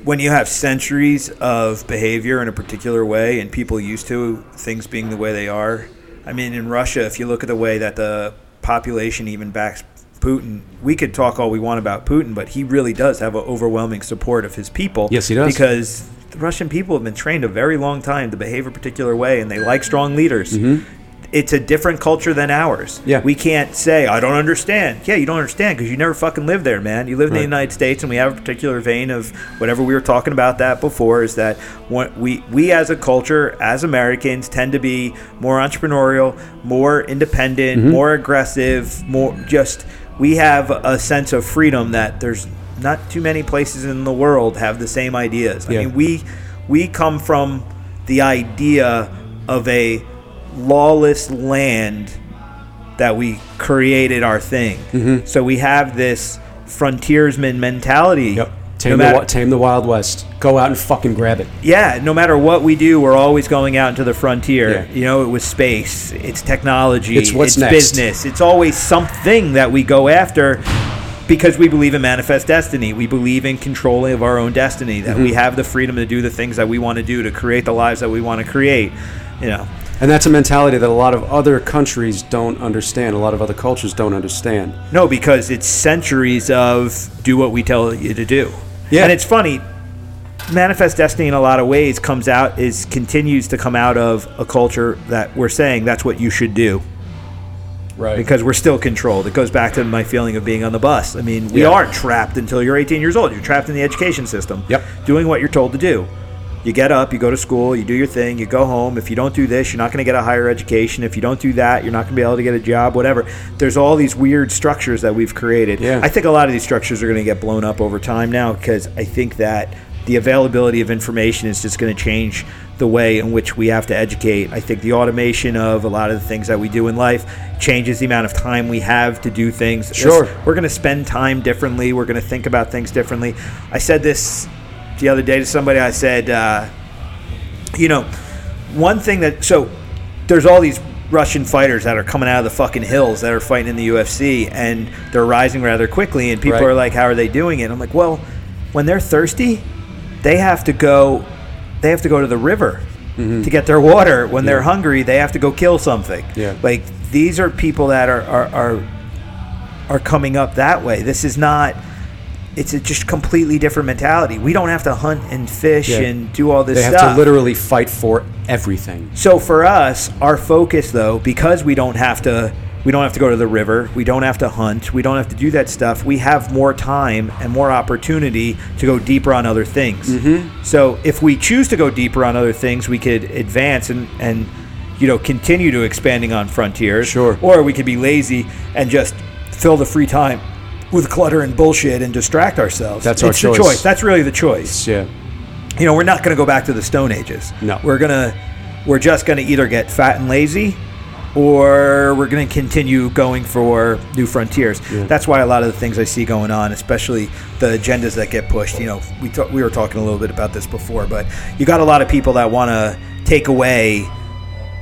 S1: when you have centuries of behavior in a particular way and people used to things being the way they are. I mean, in Russia, if you look at the way that the population even backs Putin, we could talk all we want about Putin, but he really does have an overwhelming support of his people.
S2: Yes, he does.
S1: Because the Russian people have been trained a very long time to behave a particular way and they like strong leaders. It's a different culture than ours.
S2: Mm-hmm. Yeah.
S1: We can't say, I don't understand. Yeah, you don't understand because you never fucking lived there, man. You live in the
S2: Right.
S1: United States, and we have a particular vein of whatever we were talking about that before is that what we, we as a culture, as Americans, tend to be more entrepreneurial, more independent,
S2: Mm-hmm.
S1: more aggressive, more just, we have a sense of freedom that there's not too many places in the world have the same ideas. I
S2: Yeah.
S1: mean, we, we come from the idea of a lawless land that we created our thing.
S2: Mm-hmm.
S1: So we have this frontiersman mentality.
S2: Tame,
S1: No
S2: the,
S1: matter-
S2: wi- tame the Wild West. Go out and fucking grab it.
S1: yeah, no matter what we do, we're always going out into the frontier.
S2: Yeah.
S1: You know, it was space, it's technology,
S2: It's what's next.
S1: business. It's always something that we go after because we believe in manifest destiny. We believe in control of our own destiny, that
S2: Mm-hmm.
S1: we have the freedom to do the things that we want to do, to create the lives that we want to create. You know,
S2: And that's a mentality that a lot of other countries don't understand. A lot of other cultures don't understand.
S1: No, because it's centuries of do what we tell you to do.
S2: Yeah.
S1: And it's funny, manifest destiny in a lot of ways comes out is continues to come out of a culture that we're saying that's what you should do
S2: Right.
S1: because we're still controlled. It goes back to my feeling of being on the bus. I mean, we
S2: Yeah.
S1: are trapped until you're 18 years old. You're trapped in the education system.
S2: Yep.
S1: Doing what you're told to do. You get up, you go to school, you do your thing, you go home. If you don't do this, you're not going to get a higher education. If you don't do that, you're not going to be able to get a job, whatever. There's all these weird structures that we've created.
S2: Yeah.
S1: I think a lot of these structures are going to get blown up over time now because I think that the availability of information is just going to change the way in which we have to educate. I think the automation of a lot of the things that we do in life changes the amount of time we have to do things.
S2: Sure.
S1: We're going to spend time differently. We're going to think about things differently. I said this the other day to somebody. I said, uh, you know, one thing that so there's all these Russian fighters that are coming out of the fucking hills that are fighting in the UFC and they're rising rather quickly and people
S2: Right.
S1: are like how are they doing it? I'm like, well, when they're thirsty, they have to go they have to go to the river
S2: Mm-hmm.
S1: to get their water. When they're hungry, they have to go kill something.
S2: Yeah.
S1: Like these are people that are are, are are coming up that way. This is not. It's a just completely different mentality. We don't have to hunt and fish
S2: Yeah.
S1: and do all this
S2: they have
S1: stuff.
S2: to literally fight for everything.
S1: so for us, our focus though, because we don't have to, we don't have to go to the river. We don't have to hunt. We don't have to do that stuff. We have more time and more opportunity to go deeper on other things.
S2: Mm-hmm.
S1: So if we choose to go deeper on other things, we could advance and and you know continue to expanding on frontiers.
S2: Sure.
S1: Or we could be lazy and just fill the free time with clutter and bullshit and distract ourselves.
S2: That's our
S1: It's the
S2: choice.
S1: choice. That's really the choice
S2: Yeah.
S1: you know, we're not going to go back to the Stone Ages.
S2: No.
S1: we're gonna, we're just going to either get fat and lazy, or we're going to continue going for new frontiers. That's why a lot of the things I see going on, especially the agendas that get pushed. You know, we ta- we were talking a little bit about this before, but you got a lot of people that want to take away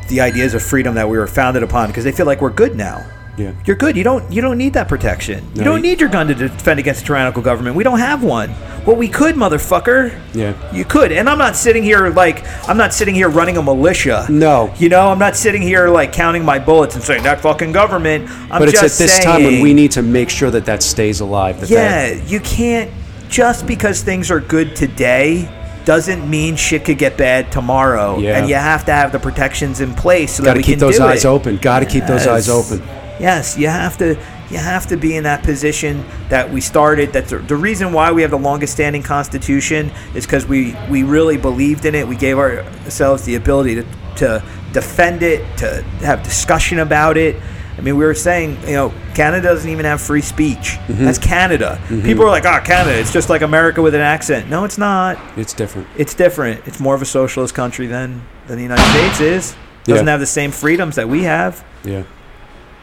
S1: the ideas of freedom that we were founded upon because they feel like we're good now.
S2: Yeah.
S1: You're good. You don't you don't need that protection. you
S2: No,
S1: don't
S2: you-
S1: need your gun to defend against a tyrannical government. We don't have one. Well, we could, motherfucker.
S2: Yeah.
S1: You could. And I'm not sitting here like I'm not sitting here running a militia.
S2: No.
S1: You know, I'm not sitting here like counting my bullets and saying that fucking government. I'm
S2: But it's at
S1: just
S2: this time when
S1: saying-
S2: we need to make sure that that stays alive. That
S1: yeah,
S2: That,
S1: you can't just because things are good today doesn't mean shit could get bad tomorrow.
S2: Yeah.
S1: And you have to have the protections in place so
S2: Got
S1: that
S2: to
S1: we
S2: keep
S1: can
S2: those
S1: do
S2: eyes
S1: it.
S2: open. Got to keep those
S1: Yes.
S2: eyes open.
S1: Yes, you have to. You have to be in that position that we started. That the, the reason why we have the longest standing constitution is because we we really believed in it. We gave ourselves the ability to to defend it, to have discussion about it. I mean, we were saying, you know, Canada doesn't even have free speech.
S2: Mm-hmm.
S1: That's Canada. People are like, oh, Canada, it's just like America with an accent. No, it's not.
S2: It's different.
S1: It's different. It's more of a socialist country than, than the United States is. Doesn't
S2: Yeah.
S1: have the same freedoms that we have.
S2: Yeah.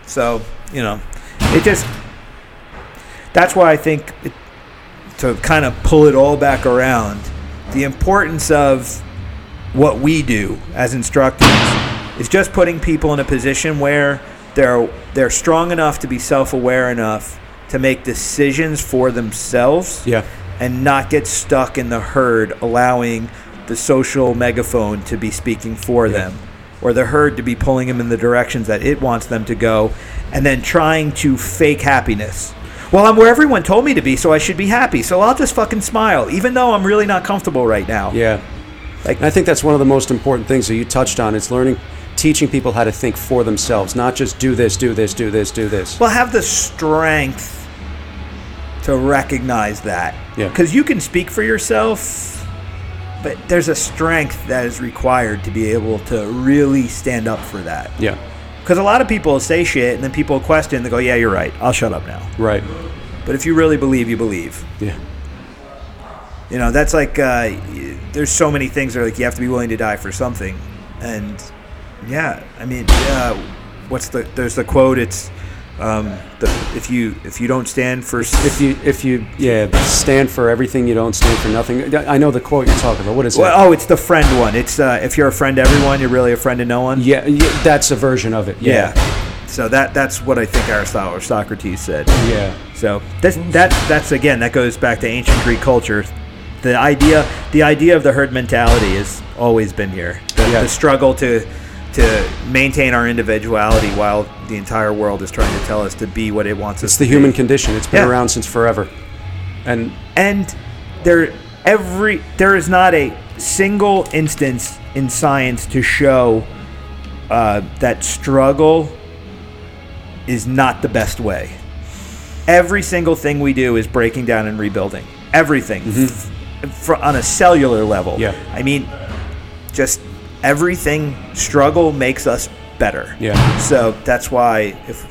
S1: So you know, it just that's why I think it, to kind of pull it all back around, the importance of what we do as instructors is just putting people in a position where they're they're strong enough to be self-aware enough to make decisions for themselves
S2: Yeah.
S1: and not get stuck in the herd, allowing the social megaphone to be speaking for them or the herd to be pulling them in the directions that it wants them to go, and then trying to fake happiness. Well, I'm where everyone told me to be, so I should be happy. So I'll just fucking smile, even though I'm really not comfortable right now.
S2: Yeah.
S1: Like-
S2: and I think that's one of the most important things that you touched on. It's learning, teaching people how to think for themselves, not just do this, do this, do this, do this.
S1: Well, have the strength to recognize that.
S2: Yeah.
S1: Because you can speak for yourself, but there's a strength that is required to be able to really stand up for that.
S2: yeah.
S1: Because a lot of people say shit and then people question. They go, "Yeah, you're right. I'll shut up now."
S2: Right.
S1: But if you really believe, you believe.
S2: Yeah.
S1: You know, that's like uh, y- there's so many things that are like you have to be willing to die for something, and yeah, I mean, uh, what's the there's the quote? It's um, the, if you if you don't stand for
S2: If you if you yeah stand for everything, you don't stand for nothing. I know the quote you're talking about. What is it?
S1: well, oh, it's the friend one. It's uh, if you're a friend to everyone, you're really a friend to no one.
S2: yeah, yeah, that's a version of it. Yeah.
S1: So that that's what I think Aristotle or Socrates said.
S2: Yeah.
S1: So that's that that's again that goes back to ancient Greek culture. The idea the idea of the herd mentality has always been here. The,
S2: Yeah.
S1: the struggle to to maintain our individuality while the entire world is trying to tell us to be what it wants
S2: It's
S1: us
S2: the human condition. It's been
S1: Yeah.
S2: around since forever. And
S1: and there every there is not a single instance in science to show uh, that struggle is not the best way. Every single thing we do is breaking down and rebuilding. Everything, F- fr- on a cellular level.
S2: Yeah.
S1: I mean, just everything. Struggle makes us better.
S2: Yeah.
S1: So that's why if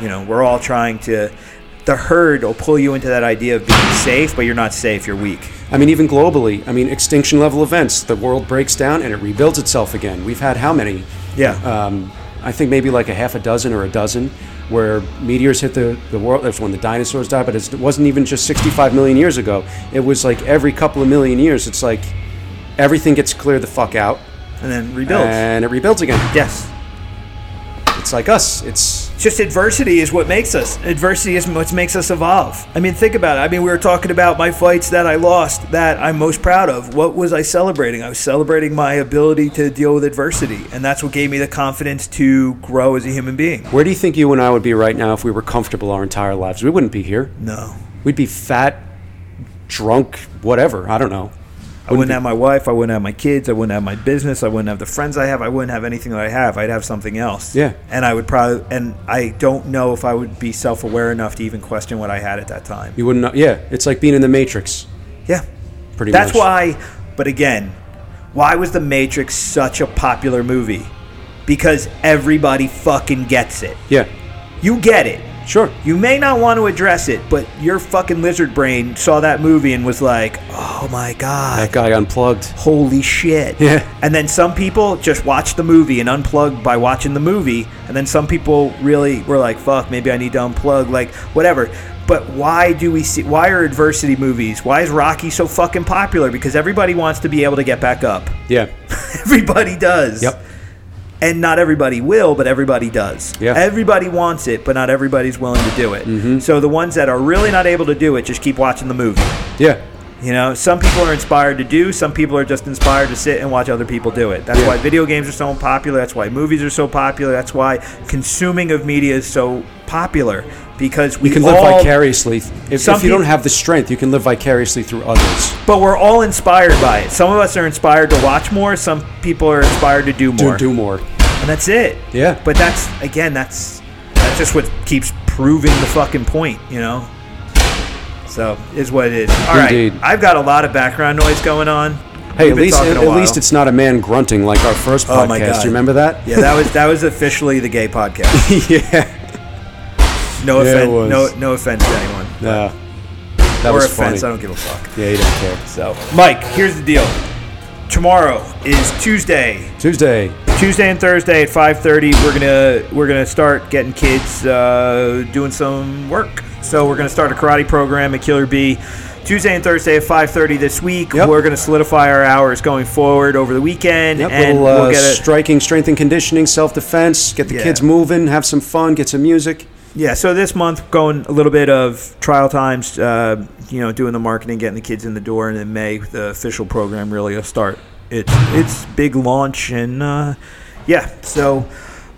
S1: you know we're all trying to, the herd will pull you into that idea of being safe, but you're not safe. You're weak.
S2: I mean, even globally, I mean, extinction level events, the world breaks down and it rebuilds itself again. We've had how many?
S1: Yeah.
S2: Um, I think maybe like a half a dozen or a dozen where meteors hit the, the world. That's when the dinosaurs died, but it's, it wasn't even just 65 million years ago. It was like every couple of million years, it's like everything gets cleared the fuck out
S1: and then rebuild.
S2: and it rebuilds again.
S1: yes.
S2: It's like us. It's
S1: It's just adversity is what makes us. Adversity is what makes us evolve. I mean, think about it. I mean, we were talking about my fights that I lost that I'm most proud of. What was I celebrating? I was celebrating my ability to deal with adversity, and that's what gave me the confidence to grow as a human being.
S2: where do you think you and I would be right now if we were comfortable our entire lives? We wouldn't be here.
S1: No.
S2: We'd be fat, drunk, whatever. I don't know.
S1: I wouldn't have my wife. I wouldn't have my kids. I wouldn't have my business. I wouldn't have the friends I have. I wouldn't have anything that I have. I'd have something else.
S2: Yeah.
S1: And I would probably, and I don't know if I would be self aware enough to even question what I had at that time.
S2: You wouldn't know. Yeah, it's like being in the Matrix,
S1: Yeah.
S2: pretty
S1: That's
S2: much.
S1: why, but again, why was The Matrix such a popular movie? Because everybody fucking gets it.
S2: Yeah,
S1: You get it.
S2: sure.
S1: You may not want to address it, but your fucking lizard brain saw that movie and was like, oh my God,
S2: That guy unplugged.
S1: holy shit.
S2: Yeah.
S1: And then some people just watched the movie and unplugged by watching the movie. And then some people really were like, fuck, maybe I need to unplug, like, whatever. But why do we see, why are adversity movies? Why is Rocky so fucking popular? Because everybody wants to be able to get back up.
S2: Yeah,
S1: Everybody does.
S2: Yep.
S1: And not everybody will, but everybody does.
S2: Yeah. Mm-hmm.
S1: Everybody wants it, but not everybody's willing to do it. So the ones that are really not able to do it just keep watching the movie.
S2: yeah,
S1: You know, some people are inspired to do, some people are just inspired to sit and watch other people do it. That's
S2: Yeah.
S1: why video games are so popular, that's why movies are so popular, that's why consuming of media is so popular because we
S2: you can live
S1: all,
S2: vicariously. If,
S1: Some
S2: if you
S1: peop-
S2: don't have the strength, you can live vicariously through others.
S1: but we're all inspired by it. Some of us are inspired to watch more, some people are inspired to do
S2: Do,
S1: more.
S2: do more.
S1: and that's it.
S2: Yeah.
S1: But that's again, that's that's just what keeps proving the fucking point, you know. So is what it is. All right,
S2: Indeed.
S1: I've got a lot of background noise going on.
S2: Hey,
S1: We've
S2: at
S1: been
S2: least
S1: talking
S2: at,
S1: a
S2: at
S1: while.
S2: least it's not a man grunting like our first podcast.
S1: Oh my God.
S2: You remember that?
S1: yeah. That was that was officially the gay podcast.
S2: yeah.
S1: No
S2: Yeah, it
S1: offense.
S2: was.
S1: No no offense to anyone.
S2: No. That
S1: or
S2: was
S1: offense. I
S2: funny.
S1: don't give a fuck.
S2: Yeah, you don't care.
S1: So Mike, here's the deal. Tomorrow is Tuesday.
S2: Tuesday.
S1: Tuesday and Thursday at 5:30, we're gonna we're gonna start getting kids uh, doing some work. So we're gonna start a karate program at Killer Bee. Tuesday and Thursday at 5:30 this week.
S2: Yep.
S1: We're gonna solidify our hours going forward over the weekend,
S2: Yep,
S1: and
S2: little uh,
S1: we'll get a
S2: striking, strength and conditioning, self defense. Get the
S1: Yeah.
S2: kids moving, have some fun, get some music.
S1: yeah. So this month, going a little bit of trial times. Uh, you know, doing the marketing, getting the kids in the door, and then May the official program really will start. It's it's big launch and uh, yeah. So.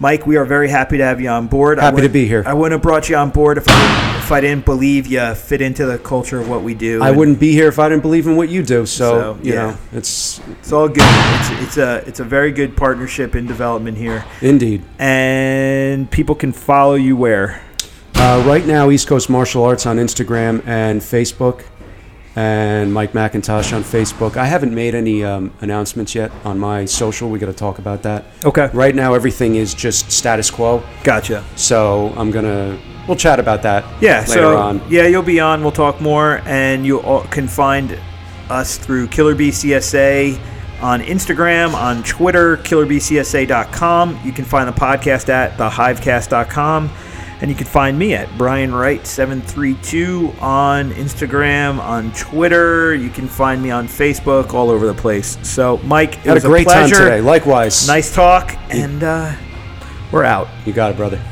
S1: Mike, we are very happy to have you on board. I
S2: Happy to
S1: wouldn't-
S2: be here.
S1: I wouldn't have brought you on board if I, if I didn't believe you fit into the culture of what we do.
S2: I
S1: And
S2: wouldn't be here if I didn't believe in what you do. So,
S1: So,
S2: you
S1: yeah.
S2: know, it's
S1: It's all good. It's, it's a it's a very good partnership in development here,
S2: indeed.
S1: and people can follow you where.
S2: Uh, right now, East Coast Martial Arts on Instagram and Facebook, and Mike McIntosh on Facebook. I haven't made any um, announcements yet on my social. We got to talk about that.
S1: Okay,
S2: Right now, everything is just status quo.
S1: gotcha.
S2: So I'm gonna we'll chat about that.
S1: Yeah,
S2: later
S1: so
S2: on.
S1: yeah, you'll be on. We'll talk more, and you all can find us through Killer Bee CSA on Instagram, on Twitter, killerbeecsa.com. You can find the podcast at thehivecast.com, and you can find me at Brian Wright seven three two on Instagram, on Twitter. You can find me on Facebook, all over the place. So, Mike, it
S2: Had a
S1: was
S2: great time
S1: pleasure.
S2: today. Likewise.
S1: Nice talk, and uh, we're out.
S2: You got it, brother.